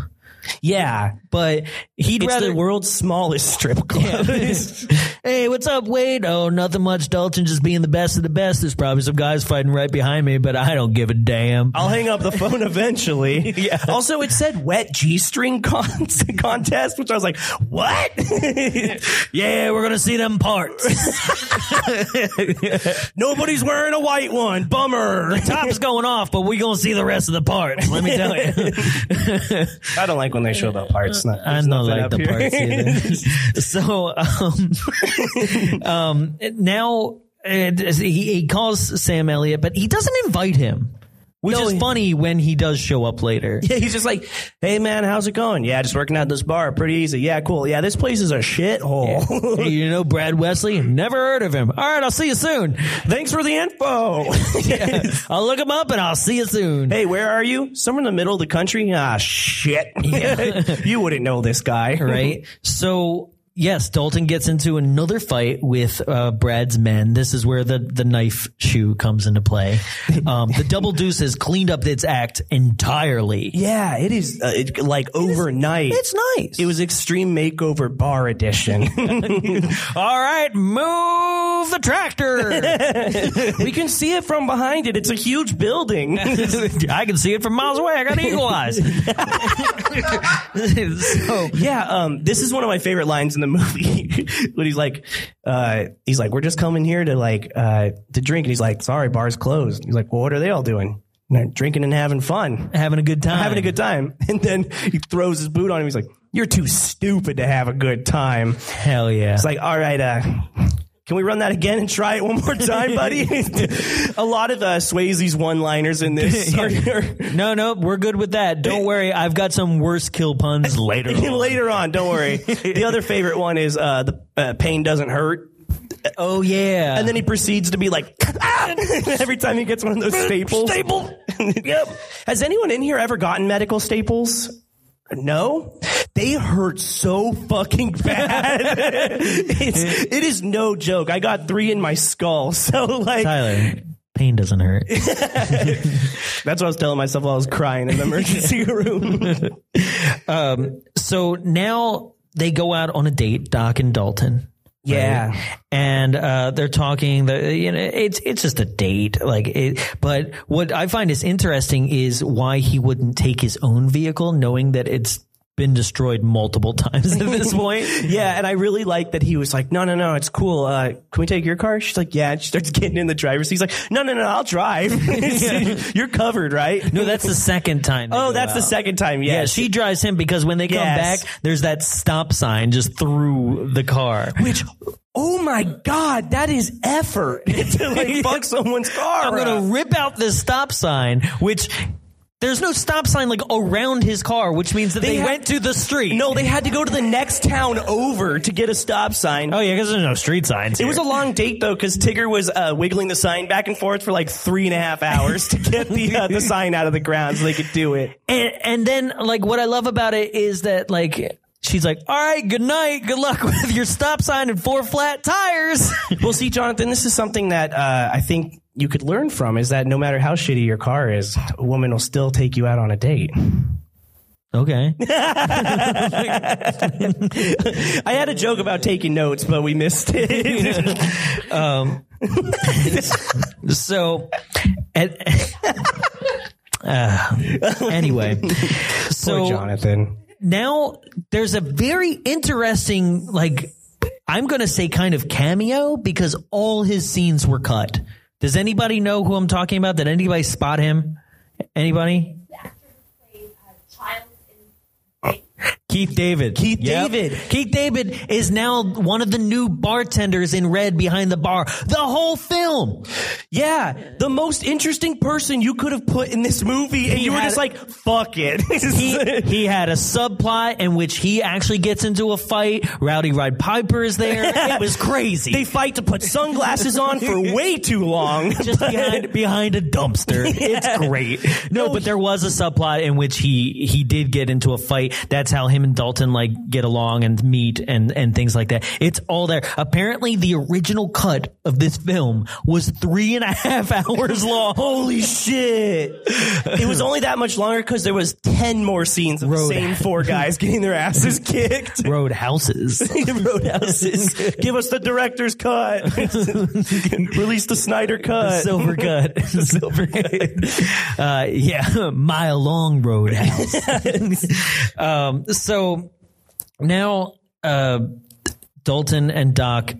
yeah. but he'd It's rather the world's smallest strip club. (laughs) Hey, what's up, Wade? Oh, nothing much. Dalton just being the best of the best. There's probably some guys fighting right behind me, but I don't give a damn. I'll hang up the phone eventually. Also, it said wet G string con- (laughs) contest, which I was like, what? (laughs) yeah, we're gonna see them (laughs) parts. Nobody's wearing a white one. Bummer. Top's going off, but we gonna see the rest of the parts. Let me tell (laughs) you, I don't like when they show the parts. Not, I there's don't nothing like up the here. parts (laughs) either. so, um, um, (laughs) now uh, he, he calls Sam Elliott, but he doesn't invite him, which No, is he- funny when he does show up (laughs) later. Yeah, (laughs) he's just like, hey man, how's it going? Yeah, just working out this bar, pretty easy. Yeah, cool. Yeah, this place is a shithole. Hey, you know Brad Wesley? Never heard of him. All right, I'll see you soon. (laughs) Thanks for the info. (laughs) (laughs) I'll look him up and I'll see you soon. Hey, where are you? Somewhere in the middle of the country? Ah, shit. (laughs) you wouldn't know this guy. Right? so, yes, Dalton gets into another fight with uh, Brad's men. This is where the, the knife shoe comes into (laughs) play. Um, the Double Deuce has cleaned up its act entirely. Yeah, it is uh, it, like overnight. It's nice. it was Extreme Makeover (laughs) Bar Edition. All right, move the tractor. we can see it from behind it. It's a (laughs) huge (laughs) building. I can see it from miles away. I (laughs) got eagle eyes. so, yeah, um, this is one of my favorite lines in the movie. (laughs) when he's like, uh, he's like, we're just coming here to like uh, to drink, and he's like, sorry, bar's closed. He's like, well, what are they all doing? And they're drinking and having fun. having a good time. having a good time. And then he throws his boot on him. He's like, You're too stupid to have a good time. Hell yeah. It's like, all right, uh, can we run that again and try it one more time, buddy? (laughs) a lot of uh, Swayze's one-liners in this. Are, are- (laughs) no, no, we're good with that. Don't worry, I've got some worse kill (laughs) puns later. on. Later on, don't worry. the other favorite one is uh, the uh, pain doesn't hurt. Oh yeah. And then he proceeds to be like, "Ah!" (laughs) every time he gets one of those staples. Staple. (laughs) yep. Has anyone in here ever gotten medical staples? No, they hurt so fucking (laughs) bad. it's, it is no joke. I got three in my skull. (laughs) So like, Tyler, pain doesn't hurt. that's what I was telling myself while I was crying (laughs) in the emergency (laughs) room. so now they go out on a date, Doc and Dalton. yeah. and uh, they're talking. The you know, it's it's just a date, like. It, but what I find is interesting is why he wouldn't take his own vehicle, knowing that it's been destroyed multiple (laughs) times at this point. Yeah, and I really like that he was like, no, no, no, it's cool. Uh, can we take your car? She's like, yeah. And she starts (laughs) getting in the driver's seat. He's like, no, no, no, I'll drive. (laughs) You're covered, right? No, that's the second time. they oh, go that's the out. second time. Yeah, Yeah, she drives him because when they come Yes. back, there's that stop sign just through the car. (laughs) Which, oh my god, that is (laughs) effort to like fuck someone's car. I'm gonna up. rip out this stop sign, which there's no stop sign like around his car, which means that they, They had- went to the street. (laughs) No, they had to go to the next town over to get a stop sign. Oh yeah, because there's no street signs. It was a long date though, because Tigger was uh, wiggling the sign back and forth for like three and a half hours to get the uh, the sign out of the ground so they could do it. and and then like what I love about it is that like she's like, all right, good night, good luck (laughs) with your stop sign and four flat tires. (laughs) Well, see, Jonathan, this is something that uh, I think you could learn from is that no matter how shitty your car is, a woman will still take you out on a date. (laughs) okay, I had a joke about taking notes, but we missed it. so and. (laughs) Uh, anyway, so Poor (laughs) Jonathan. now there's a very interesting like i'm going to say kind of cameo because all his scenes were cut does anybody know who i'm talking about did anybody spot him anybody Keith David. Keith David. Keith David is now one of the new bartenders in red behind the bar. The whole film. Yeah, the most interesting person you could have put in this movie, and He you were had- just like, "Fuck it." (laughs) he, he had a subplot in which he actually gets into a fight. Rowdy Rod Piper is there. It was crazy. they fight to put sunglasses on (laughs) for way too long. (laughs) (laughs) just behind behind a (laughs) dumpster. It's great. No, but there was a subplot in which he he did get into a fight. That's how him and Dalton like get along and meet and and things like that. It's all there. Apparently, the original cut of this film was three and a half (laughs) hours long. Holy shit! It was only that much longer because there was ten more scenes of Road- the same (laughs) four guys getting their (laughs) asses kicked. Road houses. Roadhouses. Give us the director's cut. (laughs) Release the Snyder (laughs) cut. Silver cut. Silver cut. (laughs) uh, yeah, mile long roadhouse. (laughs) um, so now uh, Dalton and Doc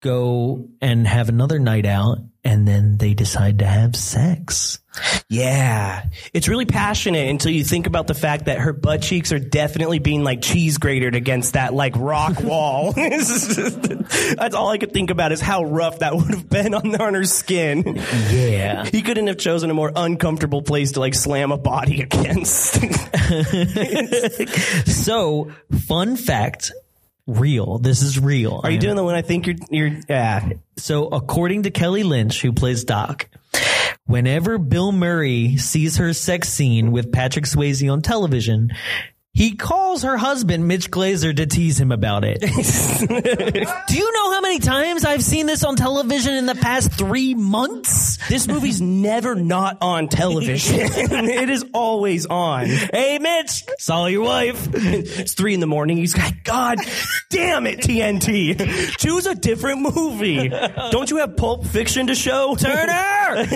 go and have another night out, and then they decide to have sex. yeah, it's really passionate until you think about the fact that her butt cheeks are definitely being like cheese grated against that like rock wall. (laughs) That's all I could think about is how rough that would have been on, on her skin. Yeah. He couldn't have chosen a more uncomfortable place to like slam a body (laughs) against. So, fun fact. Real. This is real. Are you doing the one I think you're? You're yeah. So, according to Kelly Lynch, who plays Doc, whenever Bill Murray sees her sex scene with Patrick Swayze on television, he calls her husband, Mitch Glazer, to tease him about it. Do you know how many times I've seen this on television in the past three months? This movie's never not (laughs) on television. it is always on. Hey, Mitch, saw your wife. It's three in the morning. He's like, God damn it, TNT. Choose a different movie. Don't you have Pulp Fiction to show? (laughs) Turner!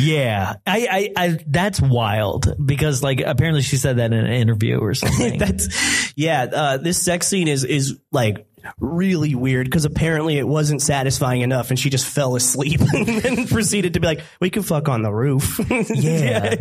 Yeah, I, I, I, that's wild because, like, (laughs) apparently she said that in an interview or something. That's, yeah, uh, this sex scene is, is like, really weird because apparently it wasn't satisfying enough, and she just fell asleep (laughs) and then proceeded to be like, "We can fuck on the roof." (laughs) Yeah.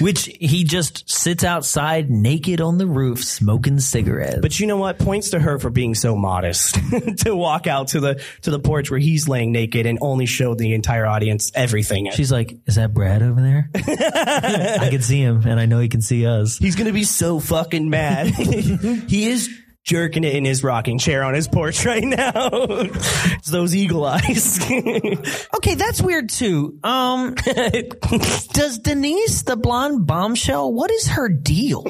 Which he just sits outside naked on the roof smoking cigarettes. But you know what? Points to her for being so modest (laughs) to walk out to the to the porch where he's laying naked and only showed the entire audience everything. she's like, Is that Brad over (laughs) there? I can see him and I know he can see us. he's gonna be so fucking mad. he is jerking it in his rocking chair on his porch right now. (laughs) it's those eagle eyes. (laughs) Okay, that's weird too. Um (laughs) Does Denise, the blonde bombshell, what is her (laughs) deal?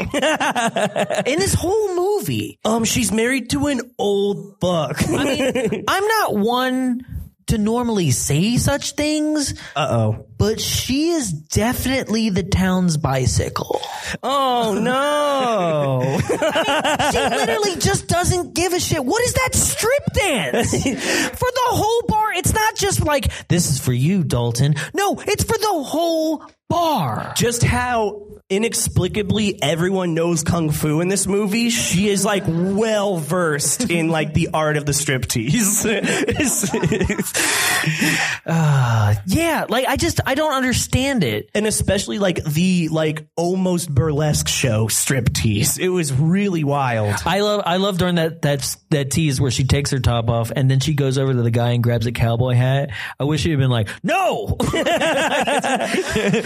In this whole movie. um, she's married to an old fuck. I'm not one to normally say such things, Uh oh. but she is definitely the town's bicycle. Oh no. (laughs) She literally just doesn't give a shit. What is that strip (laughs) dance? for the whole bar, it's not just like, this is for you, Dalton. No, it's for the whole bar. just how inexplicably everyone knows kung fu in this movie she is like well versed in like the art of the striptease (laughs) Yeah, like I just, I don't understand it. and especially like the like almost burlesque show striptease it was really wild I love I love during that that that tease where she takes her top off and then she goes over to the guy and grabs a cowboy hat. I wish she had been like, "No, (laughs) you doesn't-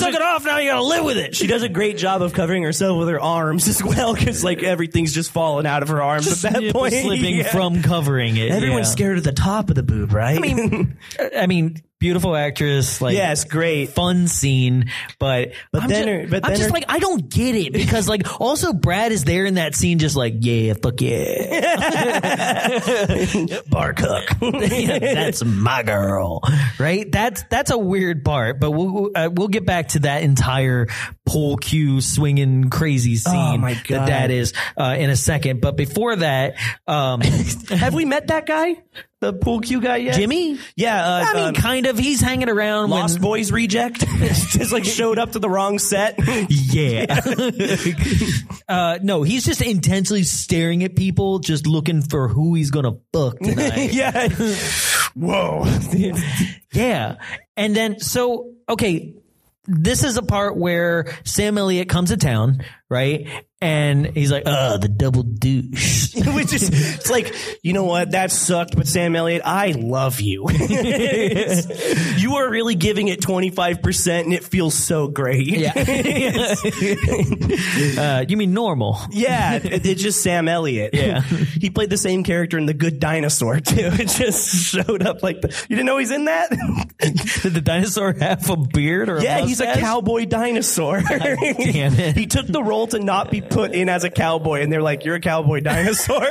took it off. Now you gotta live with it." she does a great job of covering herself with her arms as well because like everything's just falling out of her arms at that point slipping (laughs) Yeah. from covering it. everyone's yeah. scared of the top of the boob right I mean, beautiful actress. Like, yes great fun scene, but But I'm then ju- her- but I'm then just her- like I don't get it because like also Brad is there in that scene just like yeah fuck (laughs) yeah bar cook (laughs) Yeah, that's my girl right that's that's a weird part but we'll uh, we'll get back to that entire pole cue swinging crazy scene my that God. that is uh, in a second but before that um (laughs) have we met that guy the pool cue guy yet Jimmy yeah uh, I mean um, kind of he's hanging around when- Lost Boys reject (laughs) just like showed up to the wrong set. Yeah. (laughs) uh, no, he's just intensely staring at people, just looking for who he's gonna fuck tonight. (laughs) yeah. Whoa. (laughs) yeah. And then, so, okay, this is a part where Sam Elliott comes to town, right? And he's like, uh, the double douche. Which is it's like, you know what? That sucked, but Sam Elliott, I love you. (laughs) you are really giving it 25% and it feels so great. Yeah. (laughs) uh, you mean normal? (laughs) (laughs) Yeah, it- it's just Sam Elliott. Yeah. (laughs) he played the same character in The Good Dinosaur too. (laughs) It just showed up like the, you didn't know he's in that? (laughs) Did the dinosaur have a beard or a Yeah, he's a mustache? (laughs) cowboy dinosaur. (laughs) damn it. he took the role to not be put in as a cowboy, and they're like, "You're a cowboy dinosaur." (laughs)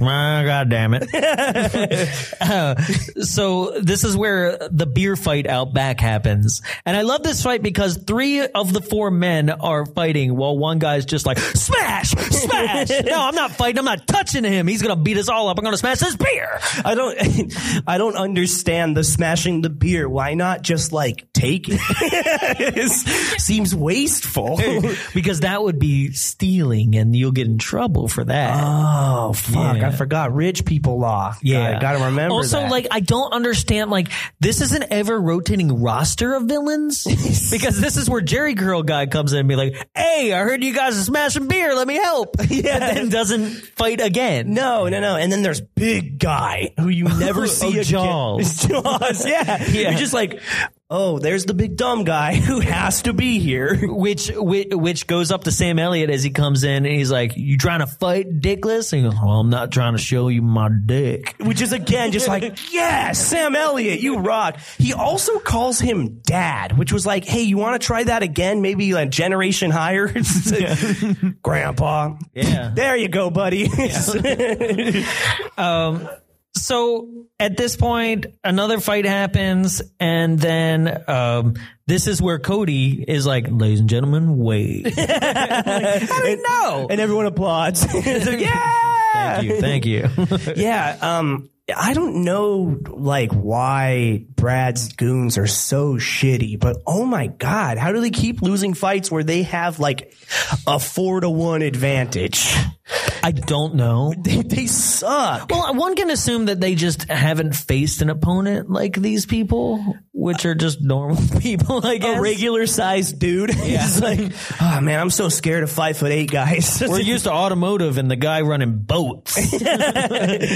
Ah, God damn it. Uh, (laughs) so this is where the beer fight out back happens. And I love this fight because three of the four men are fighting while one guy's just like, smash, (laughs) smash. no, I'm not fighting. I'm not touching him. He's going to beat us all up. I'm going to smash his beer. I don't, (laughs) I don't understand the smashing the beer. Why not just like take it? (laughs) It seems wasteful. (laughs) because that would be stealing and you'll get in trouble for that. Oh fuck! Yeah. I forgot rich people law. Yeah, gotta, gotta remember. Also, that. like, I don't understand. Like, this is an ever rotating roster of (laughs) villains because this is where Jerry Curl guy comes in and be like, "Hey, I heard you guys are smashing beer. Let me (laughs) help." Yeah, but then doesn't fight again. No, no, no. And then there's big guy who (laughs) you never see Oh, again. Jaws. (laughs) Jaws, yeah. You're just like, oh, there's the big dumb guy who has to be here. Which, which which goes up to Sam Elliott as he comes in and he's like, "You trying to fight, dickless?" And he goes, "Well, I'm not trying to show you my dick." Which is again just like, yeah, Sam Elliott, you rock. He also calls him dad, which was like, hey, you want to try that again? Maybe a generation higher? (laughs) It's like, Grandpa. Yeah. There you go, buddy. so at this point, another fight happens, and then um, this is where Cody is like, "Ladies and gentlemen, wait." (laughs) no. (laughs) and everyone applauds. (laughs) It's (laughs) like, yeah. (laughs) Thank you. Thank you. Yeah, um I don't know like why Brad's goons are so shitty, but oh my god, how do they keep losing fights where they have like a four to one advantage? (laughs) I don't know. They, they suck. Well, one can assume that they just haven't faced an opponent like these people, which are just normal (laughs) people. I guess. A regular sized dude. (laughs) Yeah. He's like, oh man, I'm so scared of five foot eight guys. (laughs) (laughs) We're used to automotive and the guy running boats.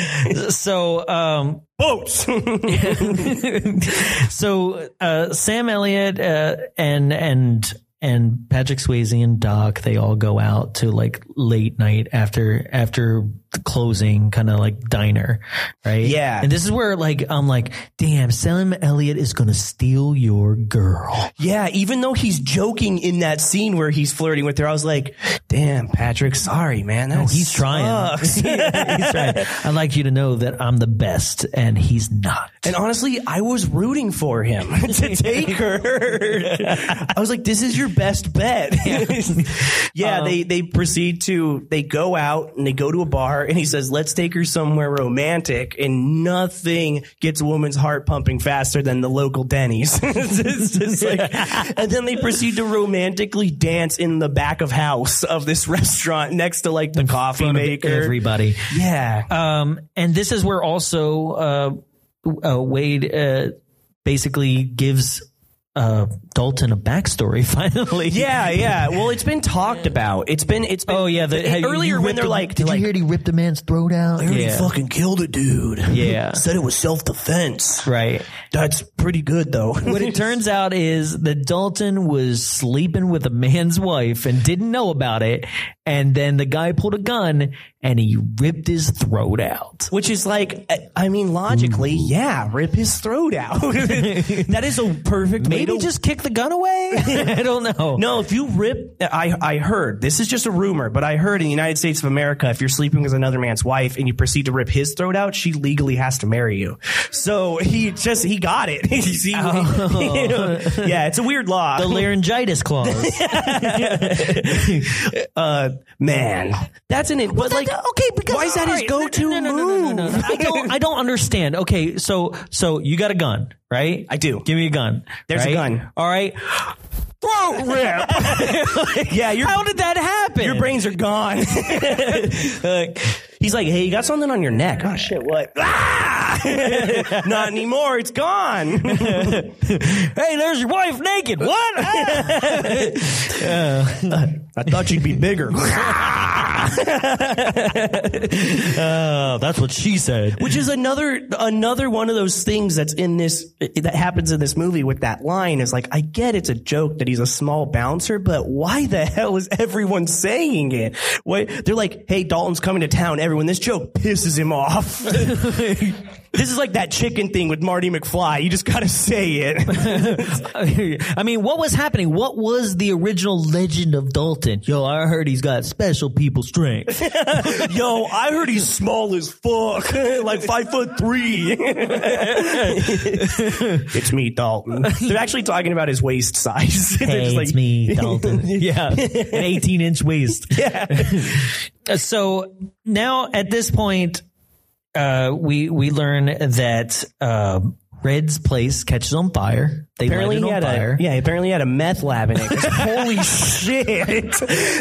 (laughs) so, um, boats. (laughs) so uh, Sam Elliott uh, and and and Patrick Swayze and Doc they all go out to like late night after after the closing kind of like diner, right? Yeah. And this is where like I'm like, damn, Sam Elliott is gonna steal your girl. Yeah, even though he's joking in that scene where he's flirting with her, I was like, damn, Patrick, sorry, man. That No, he's trying. (laughs) sucks. (laughs) he's trying. I'd like you to know that I'm the best, and he's not. And honestly, I was rooting for him (laughs) to (laughs) take her. (laughs) I was like, "This is your best bet." (laughs) (laughs) yeah, they Um, they proceed to they go out and they go to a bar, and he says, "Let's take her somewhere romantic." And nothing gets a woman's heart pumping faster than the local Denny's. (laughs) It's just like- and then they proceed to romantically dance in the back of house of this (laughs) restaurant next to like the coffee front of maker. Everybody. yeah, Um, and this is where also uh, uh, Wade uh, basically gives uh, Dalton a backstory. (laughs) Finally, Yeah, yeah. Well, it's been talked about. It's been it's been Oh yeah. The, it- hey, earlier you when ripped they're the- like, did like you hear he ripped the man's throat out? yeah. fucking killed a dude. Yeah. (laughs) Said it was self defense. Right. That's pretty good though. What it turns out is that Dalton was sleeping with a man's wife and didn't know about it, and then the guy pulled a gun and he ripped his throat (laughs) out. Which is like, I- I mean, logically, yeah, rip his throat out. that is a perfect. way Maybe to- just kick the gun (laughs) away. I don't know. No, if you rip, I I heard this is just a rumor, but I heard in the United States of America, if you're sleeping with another man's wife and you proceed to rip his throat out, she legally has to marry you. So he just he got it. He- he- yeah, it's a weird law. the laryngitis clause. uh, man, that's an. But like, okay, because why is that his all go-to no, no, no, no, no, no, no. (laughs) move? I don't, I don't understand. Okay, so so you got a gun, right? I do. Give me a gun. There's a right? gun. All right. Throat (laughs) rip. Yeah, your- How did that happen? your brains are gone. (laughs) Like, he's like, hey, you got something on your neck? Oh shit, what? (laughs) Ah! (laughs) Not anymore. It's gone. (laughs) Hey, there's your wife naked. What? Ah! Uh, I thought you'd be (laughs) bigger. Ah, Oh, that's what she said. Which is another another one of those things that's in this that happens in this movie with that line is like I get it's a joke that he's a small bouncer, but why the hell is everyone saying it? Why they're like, hey, Dalton's coming to town. Everyone, this joke pisses (laughs) him off. this is like that chicken thing with Marty McFly. You just gotta say it. (laughs) (laughs) I mean, what was happening? What was the original legend of Dalton? Yo, I heard he's got special people (laughs) strength. Yo, I heard he's small as fuck, (laughs) like five foot three. (laughs) it's me, Dalton. They're actually talking about his waist size. (laughs) They're Hey, just like- it's me, (laughs) Dalton. yeah, an 18 inch waist. Uh, so now at this point, uh, we we learn that uh, Red's place catches on fire. They Apparently light he it on had fire. a yeah. Apparently he had a meth lab in it. (laughs) 'Cause Holy shit!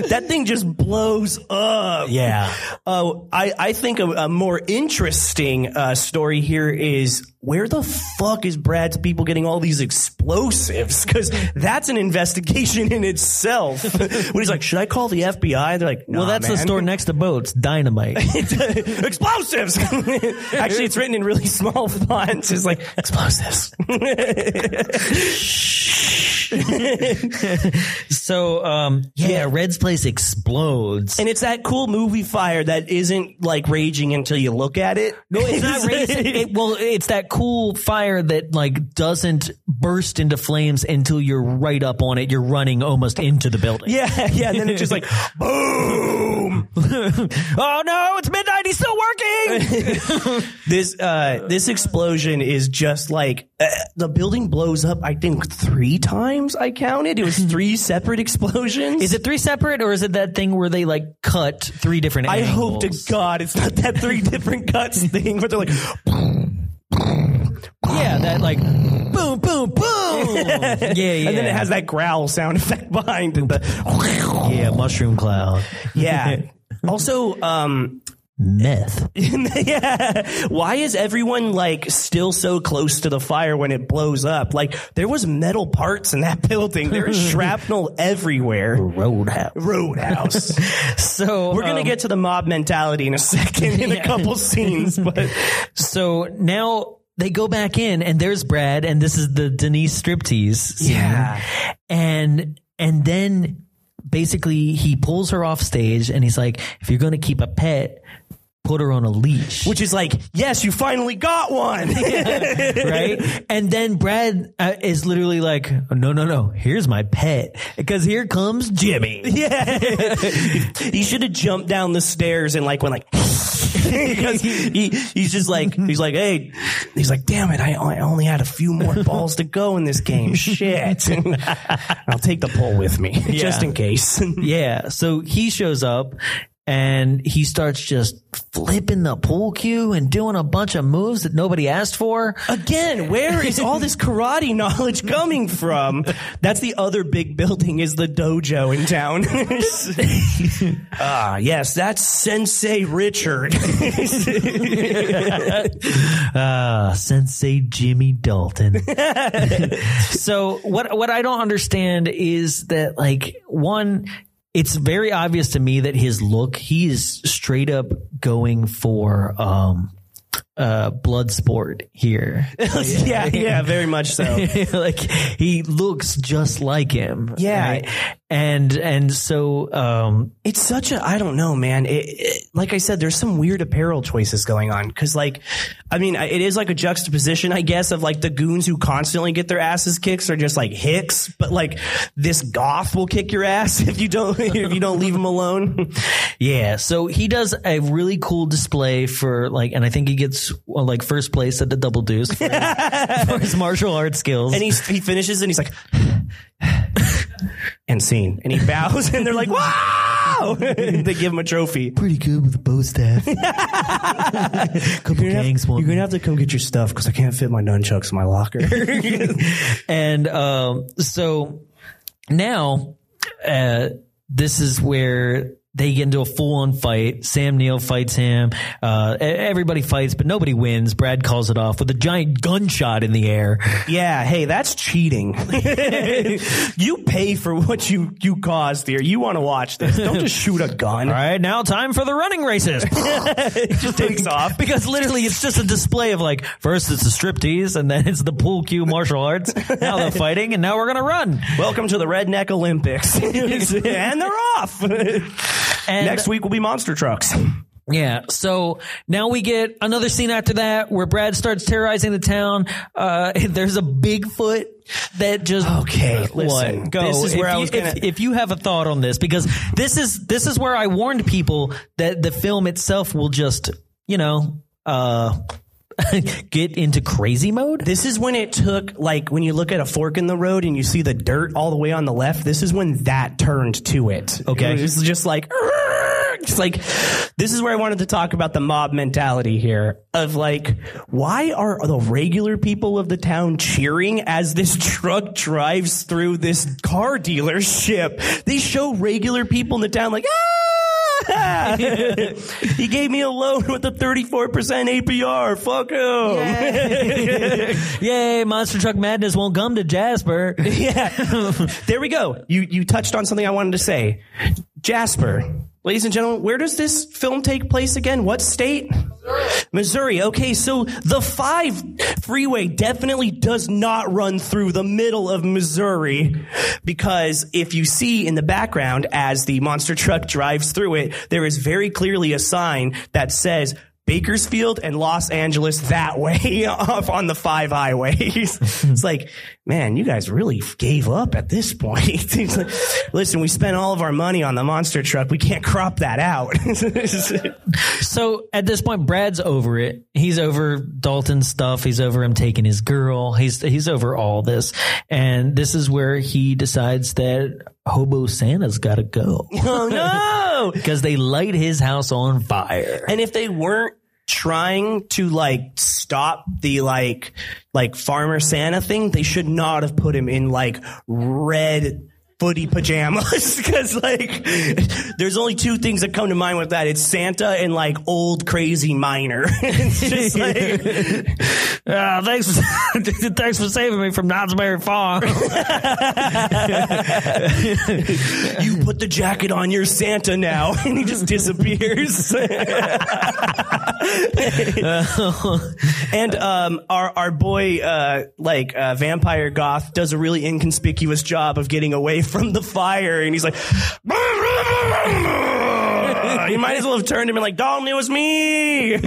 That thing just blows up. Yeah. Oh, I I think a, a more interesting uh, story here is where the fuck is Brad's people getting all these explosives? Because that's an investigation (laughs) in itself. when he's like, should I call the FBI? They're like, Well, that's the (laughs) store next to boats, dynamite. explosives. (laughs) Actually, it's written in really small (laughs) fonts. It's like explosives. so um, yeah, Red's place explodes. And it's that cool movie fire that isn't like raging until you look at it. No, it's (laughs) not racing. It, well, it's that cool fire that like doesn't burst into flames until you're right up on it. You're running almost into the building. yeah, yeah. And then it's just like (laughs) boom. oh no, it's midnight. He's still working. (laughs) This uh, this explosion is just like uh, the building blows up. I think three times I counted. (laughs) It was three separate explosions. is it three separate or is it that thing where they like cut three different? I hope angles? to (laughs) God it's not that three different cuts thing. But they're like, Yeah, that (laughs) like boom, boom, boom. (laughs) yeah, yeah. And then it has that growl sound effect behind (laughs) it. the- yeah, mushroom cloud. yeah. Also, um, (laughs) Myth. yeah. Why is everyone like still so close to the fire when it blows up? Like there was metal parts in that (laughs) building. There is shrapnel everywhere. Roadhouse. Roadhouse. So We're gonna um, get to the mob mentality in a second in a couple scenes, but So now they go back in, and there's Brad, and this is the Denise striptease. Scene. Yeah. and and then basically he pulls her off stage, and he's like, "If you're gonna keep a pet, put her on a (laughs) leash." which is like, yes, you finally got one. right? And then Brad uh, is literally like, "No, no, no! Here's my pet, because here comes Jimmy." (laughs) Yeah. he should have jumped down the stairs and like went like (laughs) 'Cause he, he's just like he's like hey he's like damn it I, I only had a few (laughs) more balls to go in this game shit (laughs) I'll take the pole with me just in case (laughs) Yeah. So he shows up and he starts just flipping the pool cue and doing a bunch of moves that nobody asked for. again where is all this karate knowledge coming from that's the other big building is the dojo in town (laughs) ah yes that's Sensei Richard (laughs) Uh, Sensei Jimmy Dalton. so what what I don't understand is that like one it's very obvious to me that his look he is straight up going for um uh blood sport here. yeah yeah very much so (laughs) like he looks just like him. Yeah. And and so um It's such a I don't know, man. It, it, like I said, there's some weird apparel choices going on because, like, I mean, I- it is like a juxtaposition, I guess, of like the goons who constantly get their asses kicked are just like hicks, but like this goth will kick your ass (laughs) if you don't if you don't leave him alone. yeah, so he does a really cool display for like and I think he gets well, like first place at the double deuce for (laughs) his, for his martial arts skills. And he he finishes and he's like, (sighs) and scene, and he bows, and they're like, wow! (laughs) they give him a trophy. pretty good with the bow (laughs) staff. Couple gangs You're gonna have to come get your stuff because I can't fit my nunchucks in my locker. And um, so now uh, this is where they get into a full on fight. Sam Neill fights him. Uh, e- everybody fights, but nobody wins. Brad calls it off with a giant gunshot in the air. Yeah, hey, that's cheating. (laughs) you pay for what you you caused here. You want to watch this? Don't just shoot a gun. All right, now time for the running races. It (laughs) just takes off. because literally it's just a display of like, first it's the striptease and then it's the pool cue martial arts. Now (laughs) they're fighting and now we're going to run. Welcome to the (laughs) Redneck Olympics, (laughs) and they're off. And Next week will be monster trucks. Yeah. So now we get another scene after that where Brad starts terrorizing the town. Uh, (laughs) there's a Bigfoot that just Okay, What? listen, Go. this is If where I you- was gonna- If, if you have a thought on this, because this is this is where I warned people that the film itself will just you know uh, (laughs) get into crazy mode. This is when it took like when you look at a fork in the road and you see the dirt all the way on the left. This is when that turned to it. Okay. this is just like. Just like this is where I wanted to talk about the mob mentality here of like why are the regular people of the town cheering as this truck drives through this car dealership? They show regular people in the town like ah (laughs) he gave me a loan with a thirty four percent APR. Fuck him. Yay! Monster Truck Madness won't come to (laughs) Jasper. (laughs) Yeah. there we go. You you touched on something I wanted to say. Jasper. Ladies and gentlemen, where does this film take place again? What state? Missouri. Okay, so the 5 freeway definitely does not run through the middle of Missouri because if you see in the background as the monster truck drives through it, there is very clearly a sign that says Bakersfield and Los Angeles that way (laughs) off on the five highways. it's like, man, you guys really gave up at this point. (laughs) It's like, Listen, we spent all of our money on the monster truck. We can't crop that out. (laughs) So at this point, Brad's over it. He's over Dalton's stuff. He's over him taking his girl. He's he's over all this, and this is where he decides that Hobo Santa's got to go (laughs) oh no. because they light his house on fire. And if they weren't trying to like stop the like like farmer Santa thing, they should not have put him in like red footy pajamas (laughs) because like there's only two things that come to mind with that it's santa and like old crazy miner (laughs) it's just like Ah, thanks, thanks for (laughs) saving me from Knott's Berry Farm. you put the jacket on your santa now (laughs) and he just disappears (laughs) and um, our our boy uh, like uh, vampire goth does a really inconspicuous job of getting away from the fire, and he's like. (laughs) You might as well have turned him and like, Dalton, it was me.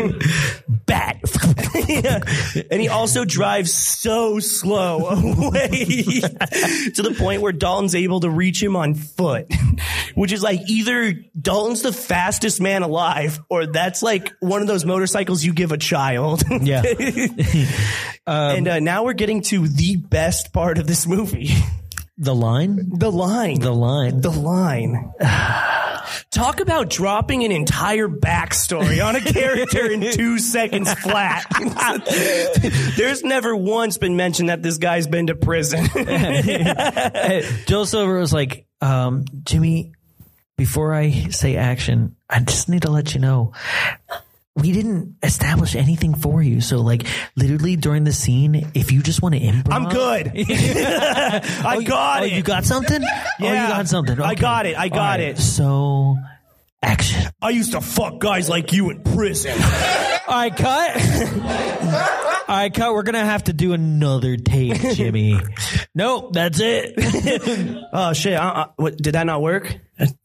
(laughs) Bat. (laughs) Yeah. And he also drives so slow (laughs) away to the point where Dalton's able to reach him on foot, (laughs) which is like either Dalton's the fastest man alive or that's like one of those motorcycles you give a child. (laughs) (laughs) Yeah. and uh, now we're getting to the best part of this movie (laughs) the line? the line. The line. (sighs) the line. Talk about dropping an entire backstory on a character (laughs) in two seconds flat. (laughs) There's never once been mentioned that this guy's been to prison. (laughs) Joe Silver was like, um, Jimmy, before I say action, I just need to let you know. We didn't establish anything for you. So, like, literally during the scene, if you just want to improv. I'm (laughs) good. I got Oh, it. you got something? Oh, Yeah. you got something. I Okay. got it. I got All it. So, action. I used to fuck guys like you in prison. All right, cut. (laughs) All right, cut. We're gonna have to do another take, (laughs) Jimmy. nope, that's it. (laughs) Oh shit! Uh, uh, what, did that not work?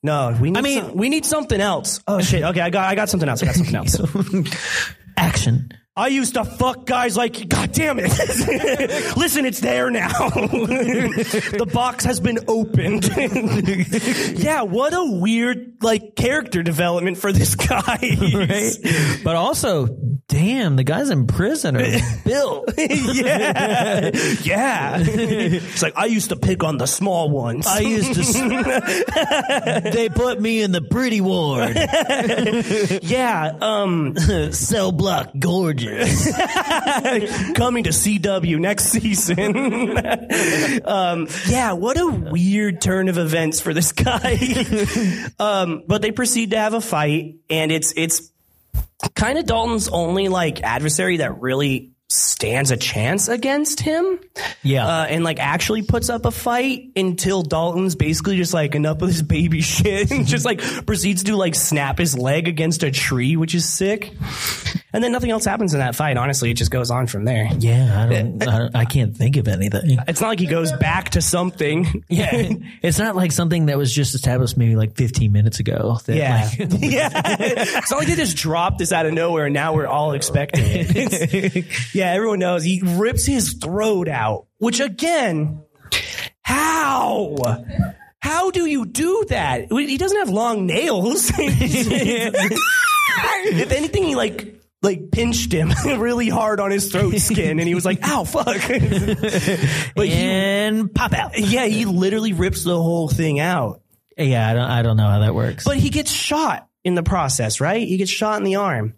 No, we. Need I mean- some- we need something else. Oh shit! Okay, I got. I got something else. I got something else. (laughs) Action. I used to fuck guys like, God damn it. (laughs) Listen, it's there now. (laughs) the box has been opened. (laughs) yeah, what a weird, like, character development for this (laughs) guy. (laughs) But also, damn, the guys in prison (laughs) are built. yeah. Yeah. (laughs) Uh, it's like, I used to pick on the small ones. I used to. s- (laughs) they put me in the pretty ward. yeah. Um, Cell block, gorgeous. coming to CW next (laughs) season. (laughs) um, yeah, what a weird turn of events for this (laughs) guy. um, but they proceed to have a fight, and it's it's kind of Dalton's only like adversary that really stands a chance against him. Yeah. Uh, and like actually puts up a fight until Dalton's basically just like enough of this baby (laughs) shit and just like proceeds to like snap his leg against a tree, which is sick. And then nothing else happens in that fight. Honestly, it just goes on from there. yeah, I don't, I don't. I can't think of (laughs) anything. It's not like he goes back to something. (laughs) Yeah, it's not like something that was just established maybe like 15 minutes ago. that, (laughs) Yeah. (laughs) like- yeah. It's not like they just dropped this out of nowhere and now we're all expecting it. (laughs) It's- yeah, everyone knows he rips his throat out, which again, how? How do you do that? He doesn't have long nails. (laughs) if anything, he like like pinched him (laughs) really hard on his throat skin, and he was like, "Ow, fuck!" (laughs) but he, and pop out. yeah, he literally rips the whole thing out. Yeah, I don't. I don't know how that works. But he gets shot in the process, right? He gets shot in the arm,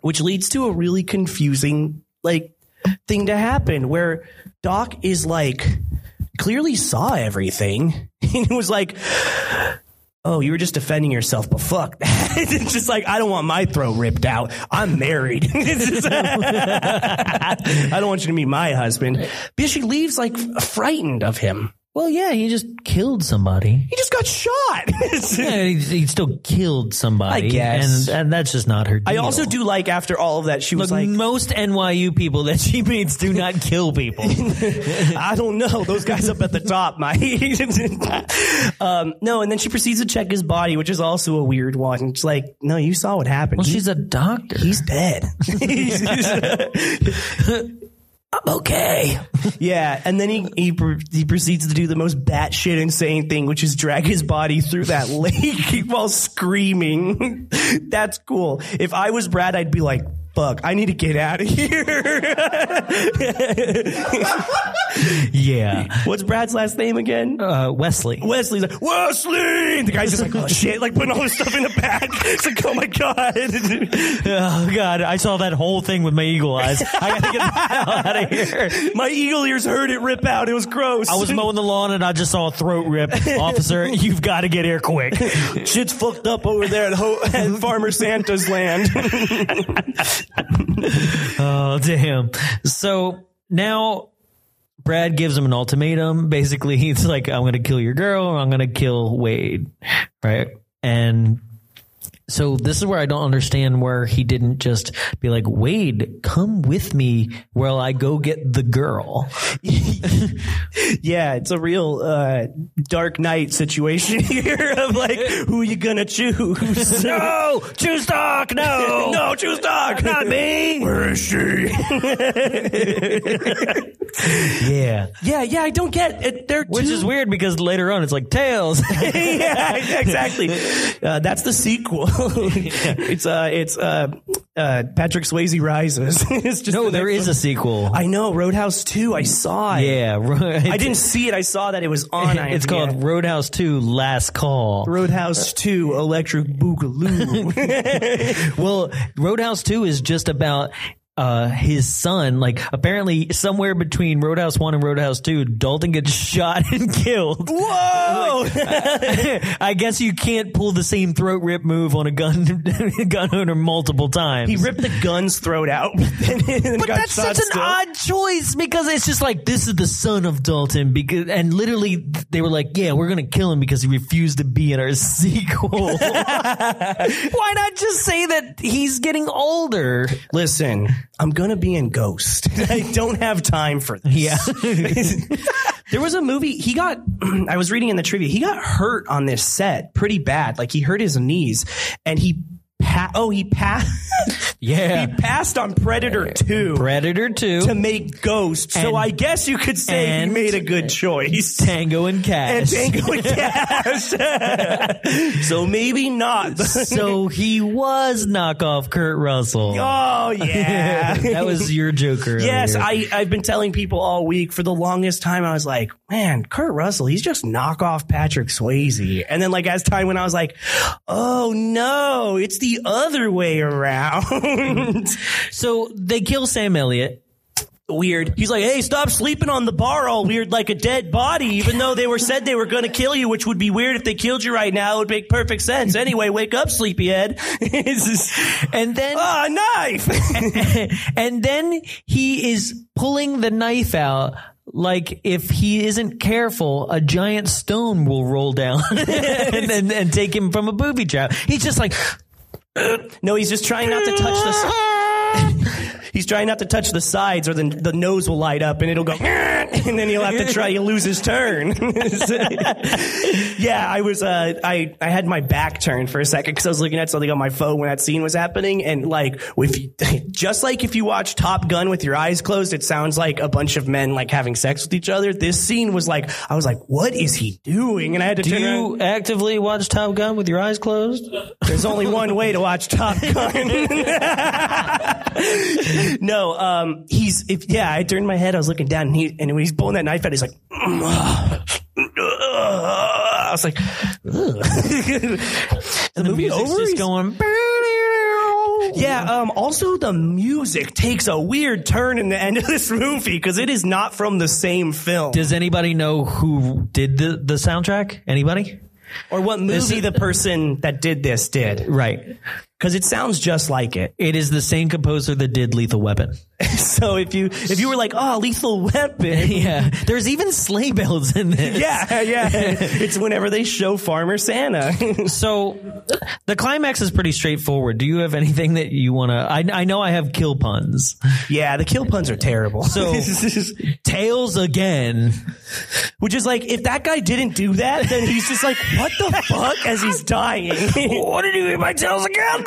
which leads to a really confusing like thing to happen where Doc is like clearly saw everything (laughs) and was like Oh, you were just defending yourself, but fuck that. (laughs) It's just like, I don't want my throat ripped out. I'm married. (laughs) It's just- I don't want you to meet my husband. But she leaves like frightened of him. well, yeah, he just killed somebody. He just got shot. (laughs) It's- Yeah, he, he still killed somebody. I and, guess. and that's just not her. Deal. I also do like after all of that, she was Look, like, most NYU people that (laughs) she meets do not kill people. (laughs) I don't know. Those guys up at the top, my. (laughs) um, no, and then she proceeds to check his body, which is also a weird one. It's like, no, you saw what (laughs) happened. well, He- she's a doctor. he's dead. (laughs) (laughs) I'm okay. yeah, and then he, he pr- he proceeds to do the most batshit insane thing, which is drag his body through that (laughs) lake while screaming. That's cool. If I was Brad, I'd be like, fuck, I need to get (laughs) out of here. yeah. What's Brad's last name again? (laughs) Uh, Wesley. Wesley's like, Wesley! The guy's just like, (laughs) oh shit, like putting all his stuff in the bag. It's like, oh my God. (laughs) (laughs) Oh God, I saw that whole thing with my eagle (laughs) eyes. I gotta get the hell out of here. My eagle ears heard it rip out. It was gross. I was mowing the lawn and I just saw a throat (laughs) rip. Officer, you've got to get here quick. Shit's fucked up over there at, Ho- (laughs) at Farmer Santa's land. oh damn! So now Brad gives him an ultimatum. Basically, (laughs) he's like, "I'm going to kill your girl, or I'm going to kill Wade," right? And so this is where I don't understand where he didn't just be like, Wade, come with me while I go get the girl. (laughs) yeah, it's a real uh, dark night situation (laughs) here of like, who you gonna (laughs) choose? no, choose Doc. No, (laughs) no, choose Doc. Not me. Where is she? (laughs) yeah, (laughs) yeah, yeah. I don't get it. They're which too- is weird because later on it's like tails. (laughs) (laughs) yeah, exactly. (laughs) Uh, that's the sequel. (laughs) it's uh, it's uh, uh, Patrick Swayze rises. (laughs) it's just no, the Oh, there is one. a sequel. I know Roadhouse Two. I saw it. Yeah, (laughs) I didn't see it. I saw that it was on. It's IMDb. called Roadhouse Two: Last Call. Roadhouse Two: Electric (laughs) Boogaloo. well, Roadhouse Two is just about uh, his son, like apparently somewhere between Roadhouse One and Roadhouse Two, Dalton gets shot (laughs) and killed. Whoa! (laughs) I, I guess you can't pull the same throat rip move on a gun (laughs) gun owner multiple times. He ripped the gun's throat out, (laughs) but that's such an still. odd choice because it's just like this is the son of Dalton because and literally they were like, yeah, we're gonna kill him because he refused to be in our (laughs) sequel. (laughs) Why not just say that he's getting (laughs) older? Listen. I'm gonna be in Ghost. (laughs) I don't have time for this. Yeah. there was a movie he got (clears throat) I was reading in the trivia, he got hurt on this set pretty bad. Like he hurt his knees and he Pa- (laughs) oh, he passed. yeah, he passed on Predator Two. (laughs) Predator Two to make Ghost. And, so I guess you could say and, he made a good choice. Tango and Cash. (laughs) And Tango and Cash. (laughs) so maybe not. (laughs) so he was knockoff Kurt Russell. Oh yeah, (laughs) that was your Joker. (laughs) Yes, earlier. I I've been telling people all week for the longest time. I was like, man, Kurt Russell, he's just knockoff Patrick Swayze. And then like as time went, I was like, oh no, it's the the other way around. (laughs) so they kill Sam Elliott. Weird. He's like, hey, stop sleeping on the bar all weird like a dead body, even though they were said they were going to kill you, which would be weird if they killed you right now. It would make perfect sense. Anyway, wake up, sleepyhead. (laughs) and then. Ah, oh, knife! (laughs) and then he is pulling the knife out like if he isn't careful, a giant stone will roll down (laughs) and, and, and, take him from a booby trap. He's just like, (laughs) no, he's just trying not to touch (laughs) the. he's trying not to touch the sides, or the the nose will light up and it'll go, (laughs) and then he'll have to try. He'll lose his turn. (laughs) yeah, I was uh, I I had my back turned for a second because I was looking at something on my phone when that scene was happening, and like if you, (laughs) just like if you watch Top Gun with your eyes closed, it sounds like a bunch of men like having sex with each other. This scene was like I was like, what is he doing? And I had to. Do turn you around. actively watch Top Gun with your eyes closed? There's only one way to watch (laughs) Top Gun. no, um, he's if yeah, I turned my head, I was looking down, and he and when he's pulling that knife out, he's like. I was like, (laughs) the, the movie over. Just going. Yeah. Um, also, the music takes a weird turn in the end of this movie because it is not from the same film. Does anybody know who did the, the soundtrack? Anybody? Or what movie is, the person that did this did? Right. Because it sounds just like it. (laughs) It is the same composer that did Lethal Weapon. (laughs) so if you if you were like, oh, Lethal Weapon, yeah, there's even sleigh bells in this. Yeah, yeah. (laughs) it's whenever they show Farmer Santa. (laughs) so the climax is pretty straightforward. Do you have anything that you want to? I, I know I have kill puns. Yeah, the kill puns are terrible. (laughs) So tails again, which is like if that guy didn't do that, then he's just like, what the fuck? As he's dying, (laughs) what did you do? My tails (laughs) again.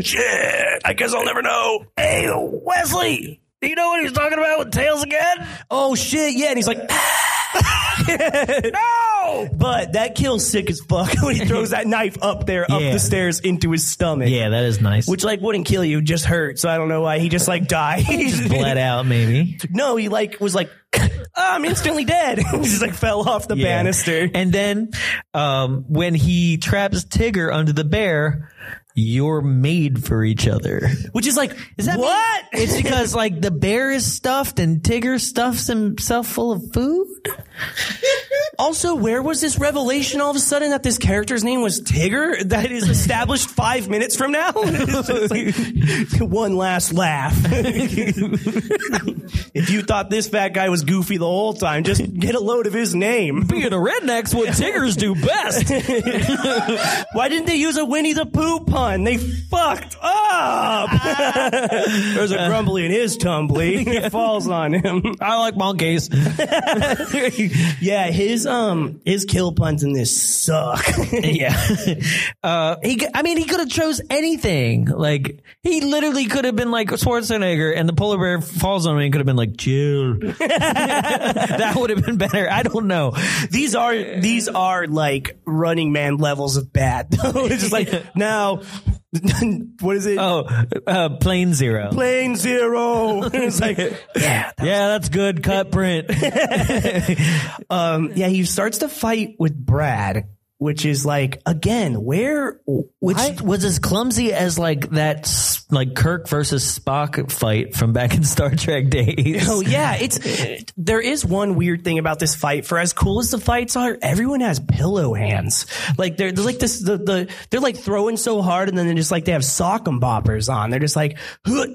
Shit! I guess I'll never know. Hey, Wesley, you know what he's Oh, talking about with tails again? (laughs) Oh shit! Yeah, and he's like, no. No! But that kills sick as fuck (laughs) when he throws that knife up there, up Yeah. the stairs into his stomach. Yeah, that is nice. Which like wouldn't kill you, just hurt. So I don't know why he (laughs) just like died. just bled out, (laughs) maybe. No, he like was like, (laughs) I'm instantly dead. (laughs) he just like fell off the Yeah. banister. And then um, when he traps Tigger under the bear, you're made for each other. Which is like, Does that mean- what? it's because like the bear is stuffed and Tigger stuffs himself full of food. also, where was this revelation all of a sudden that this character's name was Tigger? That is established (laughs) five minutes from now. (laughs) It's just like, (laughs) one last laugh. (laughs) if you thought this fat guy was goofy the whole time, just get a load of his name. Being a redneck's what Tiggers do (laughs) best. (laughs) Why didn't they use a Winnie the Pooh pun? They fucked up. (laughs) There's a grumbly in his tumbly. It falls on him. I like (laughs) monkeys. yeah, his um his kill puns in this suck. (laughs) yeah. Uh, he, c- I mean, he could have chose anything. Like, he literally could have been like Schwarzenegger and the polar bear falls on him and could have been like, (laughs) chill. that would have been better. I don't know. these are these are like running man levels of bad. though. (laughs) it's just like now (laughs) what is it? Oh, uh, plane zero. Plane zero. it's like um, yeah, yeah, that's good. (laughs) Cut print. um, yeah. He starts to fight with Brad, which is like again where Which why- was as clumsy as like that, s- like Kirk versus Spock fight from back in Star Trek days. (laughs) Oh yeah, it's there is one weird thing about this fight. For as cool as the fights are, everyone has pillow hands. Like they're, they're like this the, the they're like throwing so hard and then they're just like they have sock and boppers on. They're just like (laughs) "Huh,"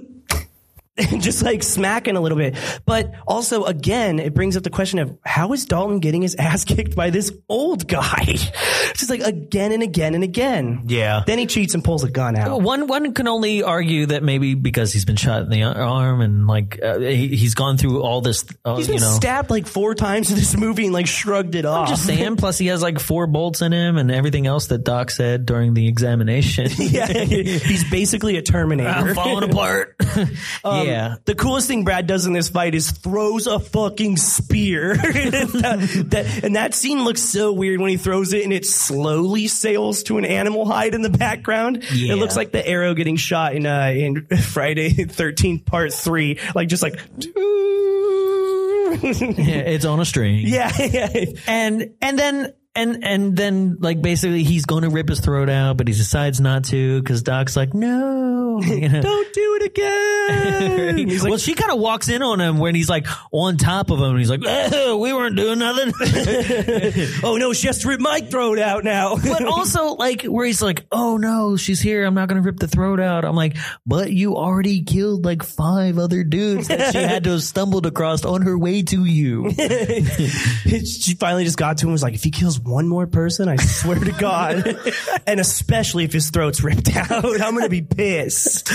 and just like smacking a little bit. But also again, it brings up the question of how is Dalton getting his ass (laughs) kicked by this old guy? (laughs) just like again and again and again. Yeah. Oh, Then he cheats and pulls a gun out. One one can only argue that maybe because he's been shot in the ar- arm and like uh, he, he's gone through all this, uh, He's been you know. stabbed like four times in this movie and like shrugged it off. I'm just saying. Plus, he has like four bolts in him and everything else that Doc said during the (laughs) examination. yeah, (laughs) he's basically a Terminator. (laughs) falling (laughs) apart. Um, yeah, The coolest thing Brad does in this fight is throws a fucking spear. (laughs) that, that- and that scene looks so weird when he throws it and it slowly sails to an animal hide in the background. Yeah. It looks like the arrow getting shot in uh, in (laughs) Friday 13th part 3 like just like (laughs) yeah, it's on a string. Yeah, yeah. and and then and and then like basically he's going to rip his throat out, but he decides not to because Doc's like, no, you (laughs) know. Don't do it again. He's like, well, she kind of walks in on him when he's like on top of him, and he's like, "Oh, "We weren't doing nothing." oh no, she has to rip my throat out (laughs) now. but also, like, where he's like, "Oh no, she's here. I'm not gonna rip the throat out." I'm like, "But you already killed like five other dudes that she had to have stumbled across on her way to you." she finally just got to him and was like, if he kills one more person, I swear to (laughs) God. and especially if his throat's ripped out, I'm going to be pissed.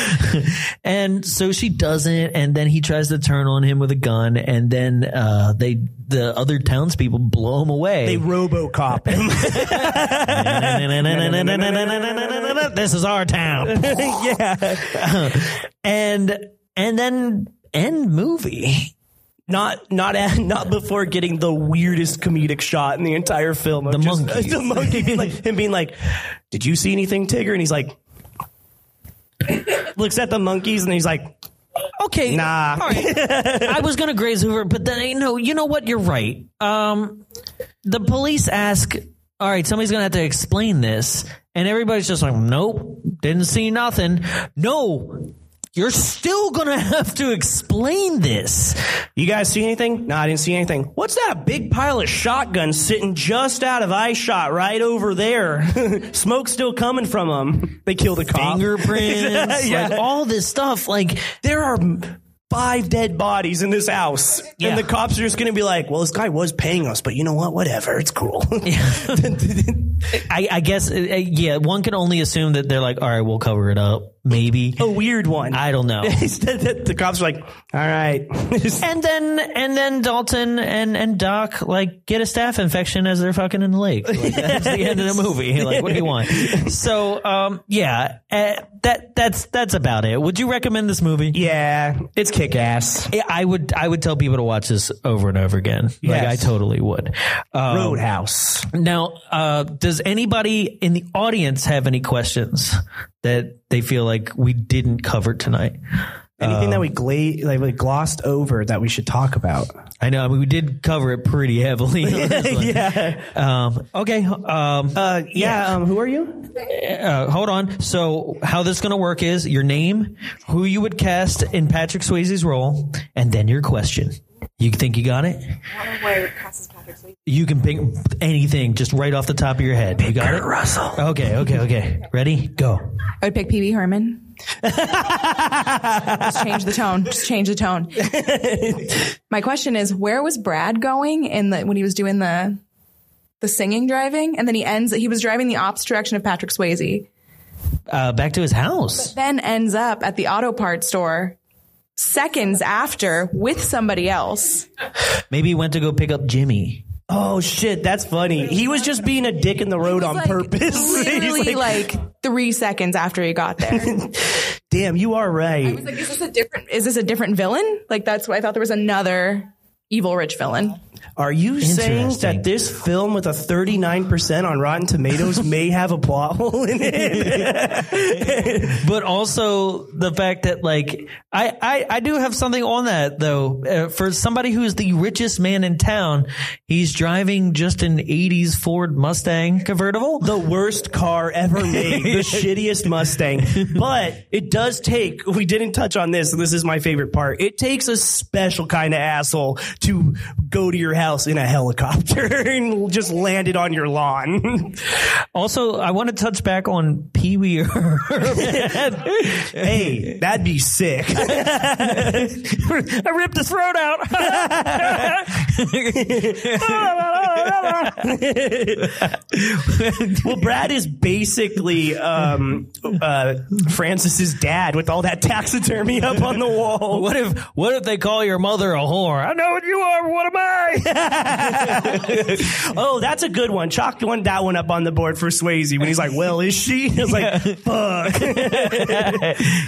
and so she doesn't and then he tries to turn on him with a gun and then uh, they the other townspeople blow him They away Robocop him. (laughs) this is our town yeah. and and then end movie Not, not, at, not before getting the weirdest comedic shot in the entire film. of The just- monkeys. (laughs) The monkey. being Like, him being like, did you see anything, Tigger? And he's like, looks at the monkeys and he's like, okay Nah. all (laughs) right i was gonna graze over it, but then you know you know what you're right um the police ask all right somebody's gonna have to explain this and everybody's just like nope didn't see nothing no you're still gonna (laughs) have to explain this You guys see anything? No, I didn't see anything. What's that big pile of shotguns sitting just out of eye shot right over there? (laughs) Smoke still coming from them. They kill the cop. (laughs) fingerprints (laughs) Yeah. like all this stuff like there are five dead bodies in this house. Yeah. And the cops are just going to be like, well, this guy was paying us, but you know what? Whatever. It's cool. (laughs) (laughs) I, I guess, uh, uh, yeah, one can only assume that they're like, all right, we'll cover it up. maybe. a weird one. (laughs) I don't know. the, the cops are like, all right. (laughs) and then and then Dalton and and Doc like get a staph infection as they're fucking in the lake. Like, that's the end of the movie. Like, what do you want? So, um, yeah, uh, that that's that's about it. Would you recommend this movie? yeah, it's kick ass. I- I would I would tell people to watch this over and over again. Like I Yes. totally would. Um, Roadhouse. Now, uh, does anybody in the audience have any questions that they feel like we didn't cover tonight? Anything that we gla- like, we glossed over that we should talk about. I know. I mean, we did cover it pretty heavily. on this one. (laughs) yeah. Um, okay. Um, Uh, yeah. Um, who are you? uh, hold on. So, how this going to work is your name, who you would cast in Patrick Swayze's role, and then your question. You think you got it? Why would cast as Patrick Swayze? You can pick anything just right off the top of your head. You got it? Russell. Okay, okay, okay. Ready? Go. I would pick Pee Wee Herman. Just change the tone. Just change the (laughs) tone. My question is, where was Brad going in the when he was doing the the singing driving, and then he ends he was driving the opposite direction of Patrick Swayze, Uh, back to his house. then ends up at the auto parts store seconds after with somebody else. Maybe he went to go pick up Jimmy. Oh shit, that's funny. He was just being a dick in the road on (laughs) Like, purpose. (laughs) He's Literally, like, like, three seconds after he (laughs) got there. I damn, you are was right. like, is this a different? Is this a different villain? Like that's what I thought. There was another evil rich villain. Are you saying Interesting. that this film with a 39% on Rotten (laughs) Tomatoes may have a plot hole in it? But also the fact that like I I, I do have something on that though. Uh, for somebody who is the richest man in town, he's driving just an '80s Ford Mustang convertible. the worst car ever made, (laughs) the shittiest Mustang. But it does take, we didn't touch on this, and this is my favorite part. It takes a special kind of asshole to go to your house in a helicopter (laughs) and just land it on your lawn. (laughs) Also, I want to touch back on Pee Wee Herman. hey, that'd (laughs) be sick. I ripped his throat out. (laughs) Well, Brad is basically um, uh, Francis's dad with all that taxidermy up on the wall. What if what if they call your mother a whore? I know what you are. but What am I? oh, that's a good one. Chalk one that one up on the board for Swayze when he's like, "Well, is she?" (laughs) It's like, "Fuck."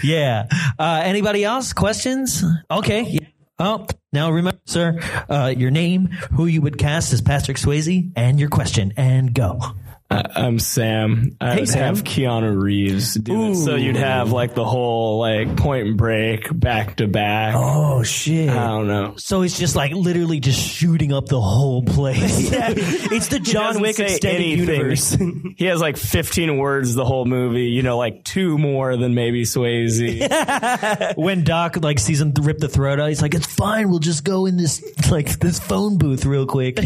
yeah. Uh, anybody else? Questions? Okay. Yeah. Oh, now remember, sir, uh, your name, who you would cast as Patrick Swayze, and your question, and go. I'm Sam. I would Sam. have Keanu Reeves do it. So you'd have like the whole like point and break back to back. oh shit. I don't know. So it's just like literally just shooting up the whole (laughs) place. it's the John doesn't Wick say extended anything. universe. (laughs) (laughs) He has like 15 words the whole movie, you know, like two more than maybe Swayze. when Doc like sees him rip the throat out, he's like, "It's fine. We'll just go in this like this phone booth real (laughs) quick."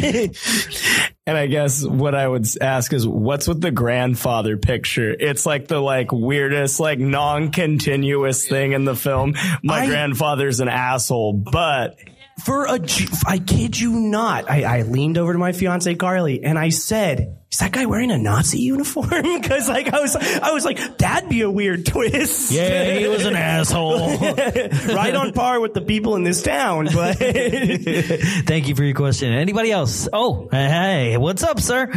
and I guess what I would s- ask is what's with the grandfather picture? It's like the like weirdest, like non-continuous thing in the film. My I- grandfather's an asshole, but for a, G- I kid you not, I, I leaned over to my fiance Carly and I said, "Is that guy wearing a Nazi uniform?" (laughs) Because like I was, I was like, "That'd be a weird twist." yeah, he was an (laughs) asshole. (laughs) right on par with the people in this town, but Thank you for your question. Anybody else? Oh, hey, what's up, sir?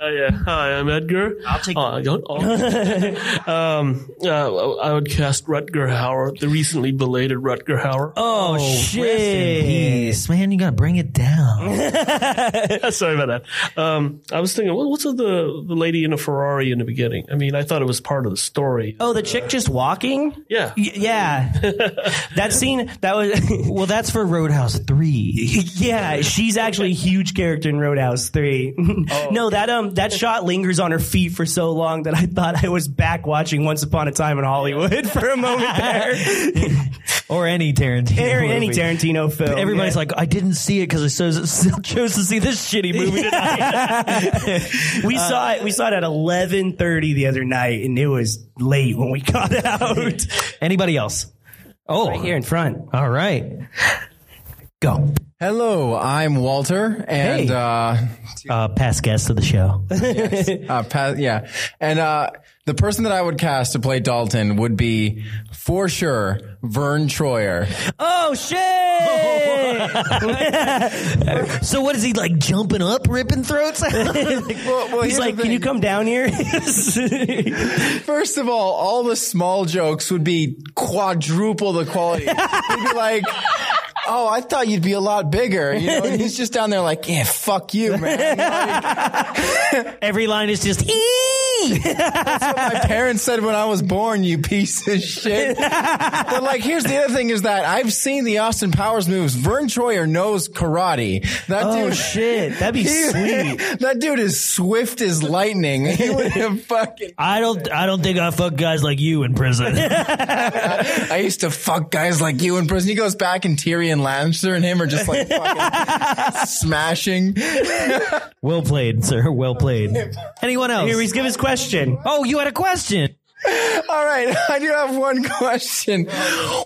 Oh yeah. Hi, I'm Edgar. I'll take uh, don't- oh. um, uh, I would cast Rutger Hauer, the recently belated Rutger Hauer. (laughs) (laughs) Oh, (laughs) rest in Peace. man, you gotta bring it down. Sorry about that. Um, I was thinking, what- what's with the the lady in a Ferrari in the beginning? I mean, I thought it was part of the story. oh, the chick just walking. Yeah. Y- (laughs) yeah, that scene that was. (laughs) well, that's for Roadhouse Three. Yeah, she's actually a huge character in Roadhouse Three. (laughs) Oh, no, that um that shot lingers on her feet for so long that I thought I was back watching Once Upon a Time in Hollywood (laughs) for a moment (laughs) there. or any Tarantino. or any movie. Tarantino film. Everybody's yeah. like, I didn't see it because I so- so- chose (laughs) to see this shitty movie tonight. we saw it. We saw it at eleven thirty the other night, and it was late when we got out. Anybody else? Oh, Here in front. all right. Go. Hello, I'm Walter, and Hey. uh, Uh, past guest of the show. (laughs) uh, pa- yeah, and uh, the person that I would cast to play Dalton would be for sure Vern Troyer. Oh (laughs) shit! so what is he like jumping up, ripping (laughs) throats? He's like, can you come down here? First of all, all the small jokes would be quadruple the (laughs) quality. He'd be like, "Oh, I thought you'd be a lot bigger," you know. And he's just down there like, "Yeah, fuck you, man." (laughs) Every line is just. "Ee!" My parents said when I was born, you piece of shit. but like, here's the other thing: is that I've seen the Austin Powers moves. Vern Troyer knows karate. That oh dude. shit, that'd be sweet. that dude is swift as lightning. He (laughs) would have fucking. I don't. I don't think I fuck guys like you in prison. I used to fuck guys like you in prison. He goes back, and Tyrion Lannister and him are just like fucking smashing. (laughs) well played, sir. Well played. Anyone else? Here, he's give his question. oh, you had a question. All right, (laughs) I do have one question.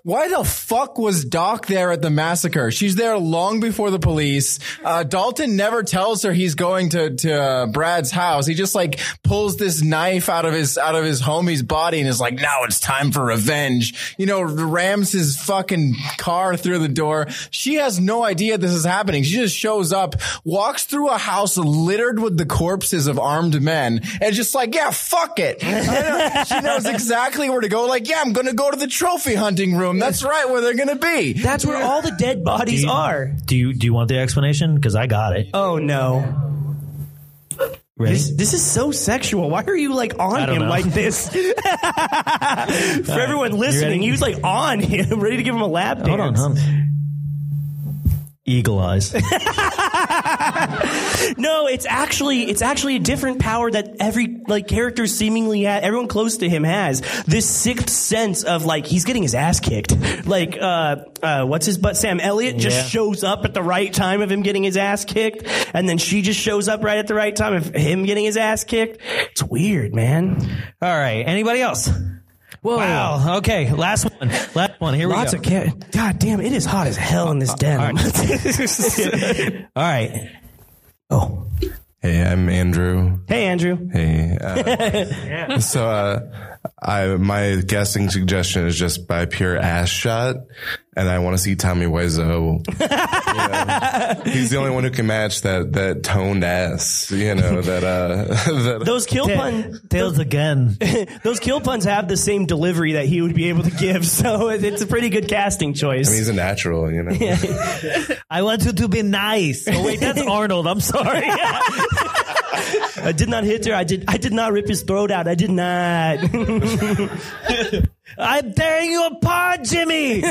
Why the fuck was Doc there at the massacre? She's there long before the police. Uh, Dalton never tells her he's going to to uh, Brad's house. He just like pulls this knife out of his out of his homie's body and is like, "Now it's time for revenge." You know, rams his fucking car through the door. She has no idea this is happening. She just shows up, walks through a house littered with the corpses of armed men, and just like, "Yeah, fuck it." she knows exactly where to go. Like, yeah, I'm going to go to the trophy hunting room. That's right, where they're going to be. That's where all the dead bodies Do you- are. Do you do you want the explanation? Because I got it. Oh no. Ready? This, this is so sexual. Why are you like on don't him know. (laughs) like this? (laughs) For everyone ready? listening, he was like on him, (laughs) ready to give him a lap dance. Hold on, hold on. Eagle (laughs) eyes. No, it's actually it's actually a different power that every like character seemingly ha everyone close to him has this sixth sense of like he's getting his ass kicked. Like uh, uh what's his butt? Sam Elliott just Yeah. shows up at the right time of him getting his ass kicked, and then she just shows up right at the right time of him getting his ass kicked. It's weird, man. All right. Anybody else? Wow. Okay. Last one. Last one. Here Lots we of go. cat. God damn, it is hot as hell in this den. (laughs) (laughs) All right. oh, Hey, I'm Andrew. hey Andrew. Hey. Uh, So, uh, I, my guessing suggestion is just by pure ass shot, and I want to see Tommy Wiseau. (laughs) You know, he's the only one who can match that that toned ass. You know that. Uh, (laughs) that Those kill pun Tails again. Those kill puns have the same delivery that he would be able to give, (laughs) so it- it's a pretty good casting choice. (laughs) he's a natural. You know. I want you to be nice. Oh, wait, (laughs) that's Arnold. I'm sorry. (laughs) I did not hit her. I did. I did not rip his throat out. I did not. (laughs) I'm tearing you apart, Jimmy.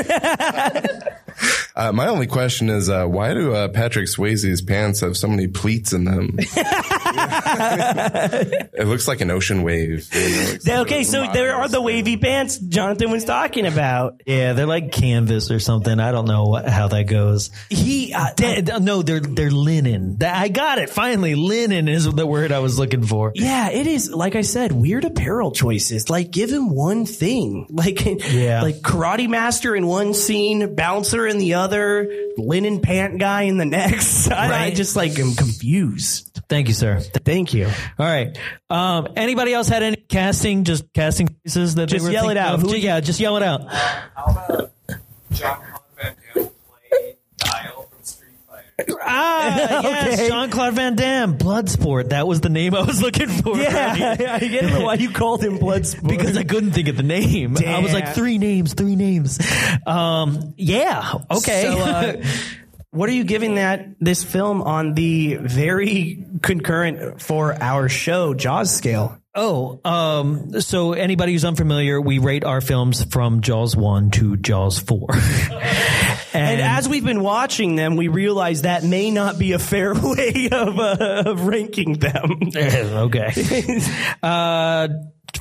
Uh, my only question is uh, why do uh, Patrick Swayze's pants have so many pleats in them? (laughs) it looks like an ocean wave. you know, like some okay, so modern there are the stuff. wavy pants Jonathan was talking about. Yeah, they're like canvas or something. I don't know what, how that goes. He uh, de- no, they're they're linen. That- I got it finally. Linen is the word I was looking for. Yeah, it is. Like I said, weird apparel choices. Like, give him one thing. (laughs) Like, Yeah. like karate master in one scene, bouncer in the other, linen pant guy in the next. (laughs) I, I Right. just like am confused. Thank you, sir. Thank you. All right. Um, anybody else had any casting? Just casting pieces that Just they were yell it thinking out. Of? Who- yeah, just yell it out. (laughs) Ah, yes, Jean Claude Van Damme, Bloodsport. That was the name I was looking for. (laughs) (laughs) Yeah, (laughs) I get it. Why you called him Bloodsport? because I couldn't think of the name. I was like Damn. three names, three names. Um, yeah, okay. So, uh, (laughs) what are you giving that this film on the very concurrent for our show Jaws scale? (laughs) oh, um, so anybody who's unfamiliar, we rate our films from Jaws one to Jaws four. (laughs) And as we've been watching them, we realize that may not be a fair (laughs) way of, uh, of ranking them. okay, uh,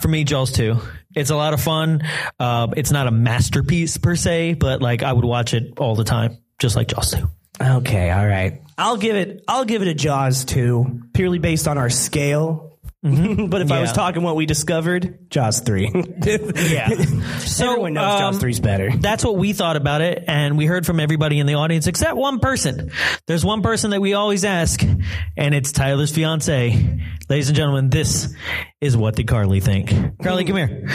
for me, Jaws two. It's a lot of fun. Uh, it's not a masterpiece per se, but like I would watch it all the time, just like Jaws two. okay, all right. I'll give it. I'll give it a Jaws two, purely based on our scale. (laughs) but if I Mm-hmm. Yeah. was talking what we discovered, Jaws (laughs) 3. Yeah. So Everyone knows Jaws um, 3 is better. That's what we thought about it, and we heard from everybody in the audience except one person. There's one person that we always ask, and it's Tyler's fiance. Ladies and gentlemen, this is what did Carly think? Carly, come here.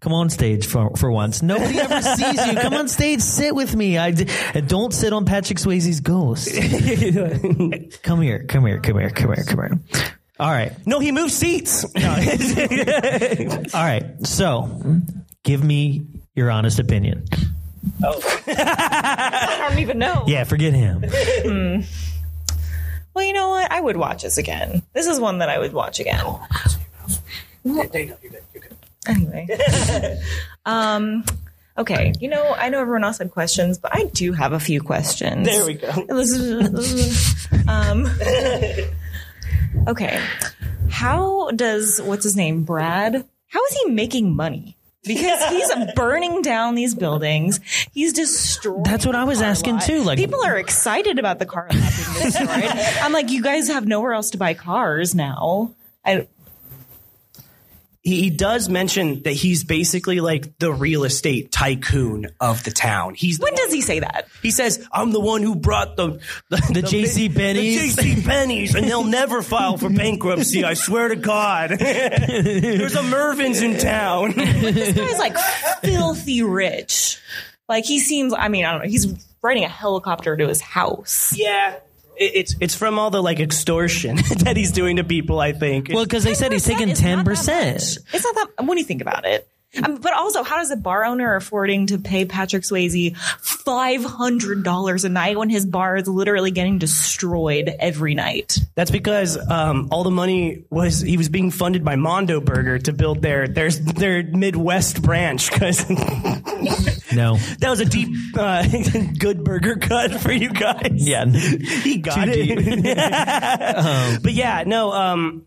Come on stage for, for once. Nobody ever sees you. Come on stage, sit with me. I d- and don't sit on Patrick Swayze's ghost. come here, come here, come here, come here, come here. All right. No, he moved seats. All right. So, give me your honest opinion. (laughs) I Oh. don't even know. Yeah, forget him. Well, you know what? I would watch this again. This is one that I would watch again. Anyway. um, okay. You know, I know everyone else had questions, but I do have a few questions. There (laughs) we go. um, okay. How does what's his name, Brad? How is he making money? Because he's burning down these buildings. He's destroying. That's what I was the car asking lot. too, like- people are excited about the car lot being destroyed. I'm like, you guys have nowhere else to buy cars now. I, he, he does mention that he's basically like the real estate tycoon of the town. He's when does he say that? he says, "I'm the one who brought the the, the, JC Penney's. the JC Penney's, and they'll never file for bankruptcy. I swear (laughs) to God." There's a Mervin's in town. This guy's like filthy rich. Like he seems. I mean, I don't know. He's riding a helicopter to his house. yeah. It, it's it's from all the like extortion (laughs) that he's doing to people. I think. Well, because they said he's taking 10% is not that ten percent. It's not that when you think about it. Um, but also, how does a bar owner affording to pay Patrick Swayze five hundred dollars a night when his bar is literally getting destroyed every night? That's because um, all the money was he was being funded by Mondo Burger to build their their their Midwest branch. (laughs) Because No. that was a deep uh, (laughs) good burger cut for you guys. Yeah. (laughs) he got (laughs) it. but yeah, no. Um,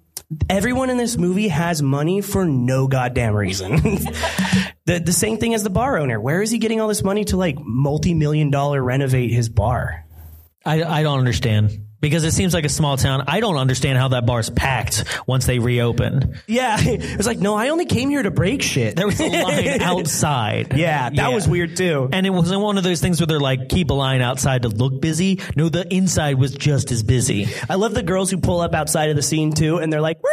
everyone in this movie has money for no goddamn reason. (laughs) the the same thing as the bar owner. Where is he getting all this money to like multi million dollar renovate his bar? I, I don't understand. Because it seems like a small town. I don't understand how that bar's packed once they reopen. Yeah, (laughs) it was like no, I only came here to break shit. There (laughs) was a line outside. Yeah, that was weird too. And it wasn't one of those things where they're like, keep a line outside to look busy. No, the inside was just as busy. I love the girls who pull up outside of the scene too, and they're like, "We're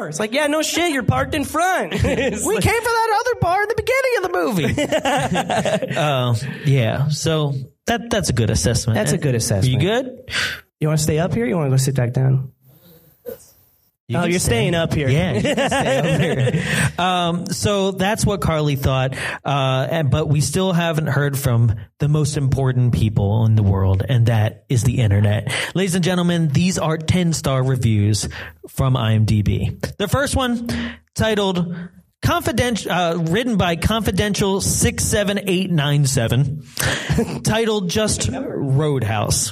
here." It's like, yeah, no shit, you're parked in front. (laughs) we came for that other bar at the beginning of the movie. Yeah. So that that's a good assessment. That's a good assessment. You good? You want to stay up here? Or you want to go sit back down? oh, can you're stay. staying up here. Yeah. you can stay over (laughs) here. um, so that's what Carly thought. Uh, and, but we still haven't heard from the most important people in the world, and that is the internet. Ladies and gentlemen, these are 10 star reviews from IMDb. The first one titled Confidential, uh, written by Confidential 67897, (laughs) titled just Roadhouse.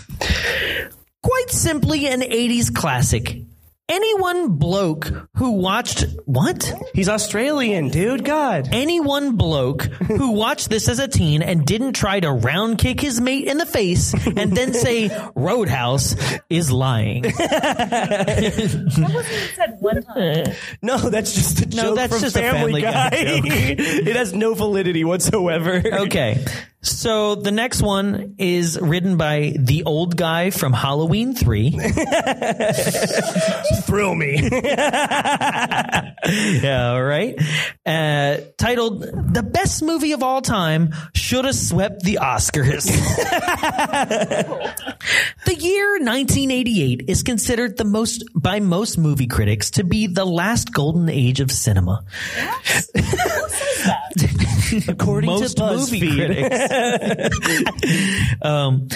Quite simply, an 80s classic. Anyone bloke who watched what? He's Australian, dude. God. Anyone bloke who watched this as a teen and didn't try to round kick his mate in the face and then say Roadhouse is lying. said one time. No, that's just a joke that's from just a Family Family, Guy. Guy (laughs) it has no validity whatsoever. Okay. So the next one is written by the old guy from Halloween 3. (laughs) Thrill me. (laughs) yeah, all right. Uh, titled The Best Movie of All Time Should Have Swept the Oscars. (laughs) the year 1988 is considered the most, by most movie critics, to be the last golden age of cinema. According to (laughs) BuzzFeed. um,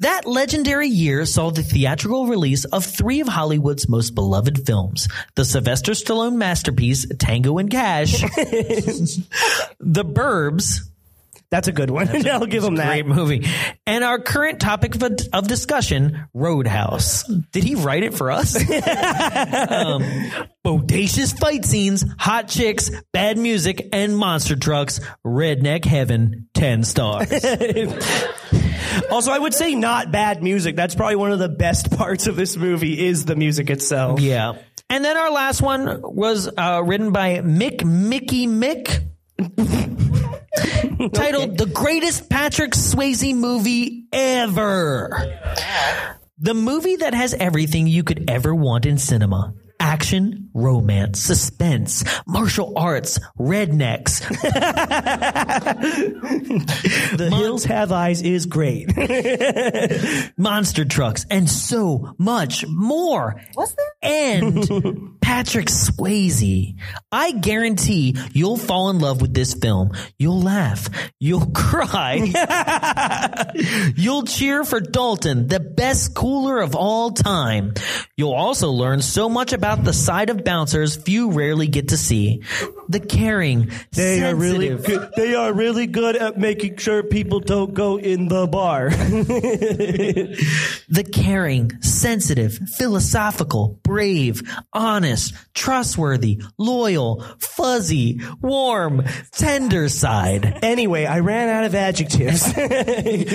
that legendary year saw the theatrical release of three of Hollywood's most beloved films the Sylvester Stallone masterpiece, Tango and Cash, The Burbs, That's a good one. (laughs) I'll give him that. great movie, and our current topic of, of discussion, Roadhouse. Did he write it for us? um, bodacious fight scenes, hot chicks, bad music, and monster trucks. Redneck Heaven, 10 stars. Also, I would say (laughs) not bad music. That's probably one of the best parts of this movie is the music itself. Yeah. And then our last one was uh, written by Mick Mickey Mick. titled The Greatest Patrick Swayze Movie Ever. The movie that has everything you could ever want in cinema. Action, romance, suspense, martial arts, rednecks. the Hills Have Eyes is great. (laughs) Monster trucks and so much more. What's that? (laughs) And Patrick Swayze. I guarantee you'll fall in love with this film. You'll laugh. You'll (laughs) cry. You'll cheer for Dalton, the best cooler of all time. You'll also learn so much about the side of bouncers few rarely get to see. The caring, They are really sensitive- good. They are really good at making sure people don't go in the bar. (laughs) the caring, sensitive, philosophical, brave, honest, trustworthy, loyal, fuzzy, warm, tender (laughs) side. Anyway, I ran out of adjectives.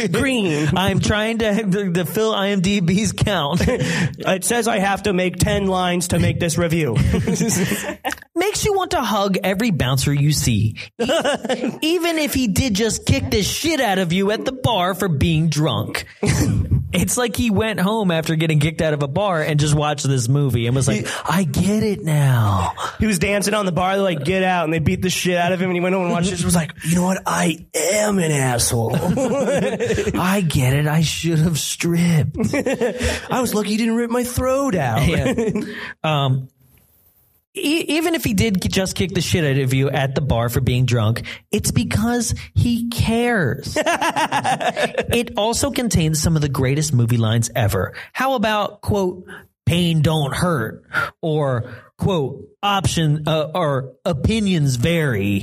Green. I'm trying to, to, to fill IMDb's count. (laughs) it says I have to make 10 lines to make this review. Makes you want to hug every bouncer you see, (laughs) E- even if he did just kick the shit out of you at the bar for being drunk. It's like he went home after getting kicked out of a bar and just watched this movie and was like, I get it now. he was dancing on the bar, they're like, get out. And they beat the shit out of him. And he went home and watched it. He was like, you know what? I am an asshole. I get it. I should have stripped. I was lucky you didn't rip my throat out. Um, e- even if he did ki- just kick the shit out of you at the bar for being drunk, it's because he cares. it also contains some of the greatest movie lines ever. How about, quote, pain don't hurt or quote option uh, or opinions vary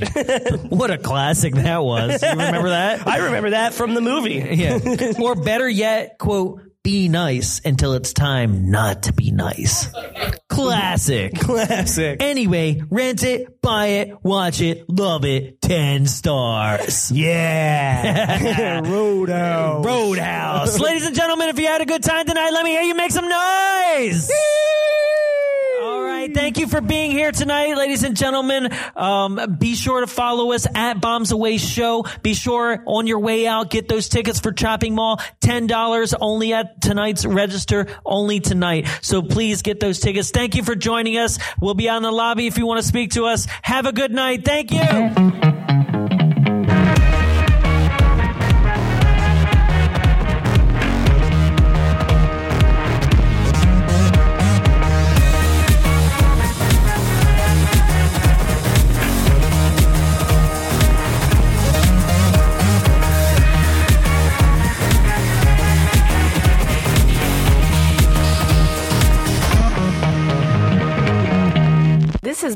what a classic that was you remember that I remember that from the movie. yeah. Or better yet, quote, be nice until it's time not to be nice. (laughs) Classic. Classic. Anyway, rent it, buy it, watch it, love it. 10 stars. (laughs) Yeah. Rodo. Roadhouse. Ladies and gentlemen, if you had a good time tonight, let me hear you make some noise. All right. Thank you for being here tonight, ladies and gentlemen. Um, be sure to follow us at Bombs Away Show. Be sure on your way out, get those tickets for Chopping Mall. $10 only at tonight's register, only tonight. So please get those tickets. Thank you for joining us. We'll be out in the lobby if you want to speak to us. Have a good night. Thank you. This has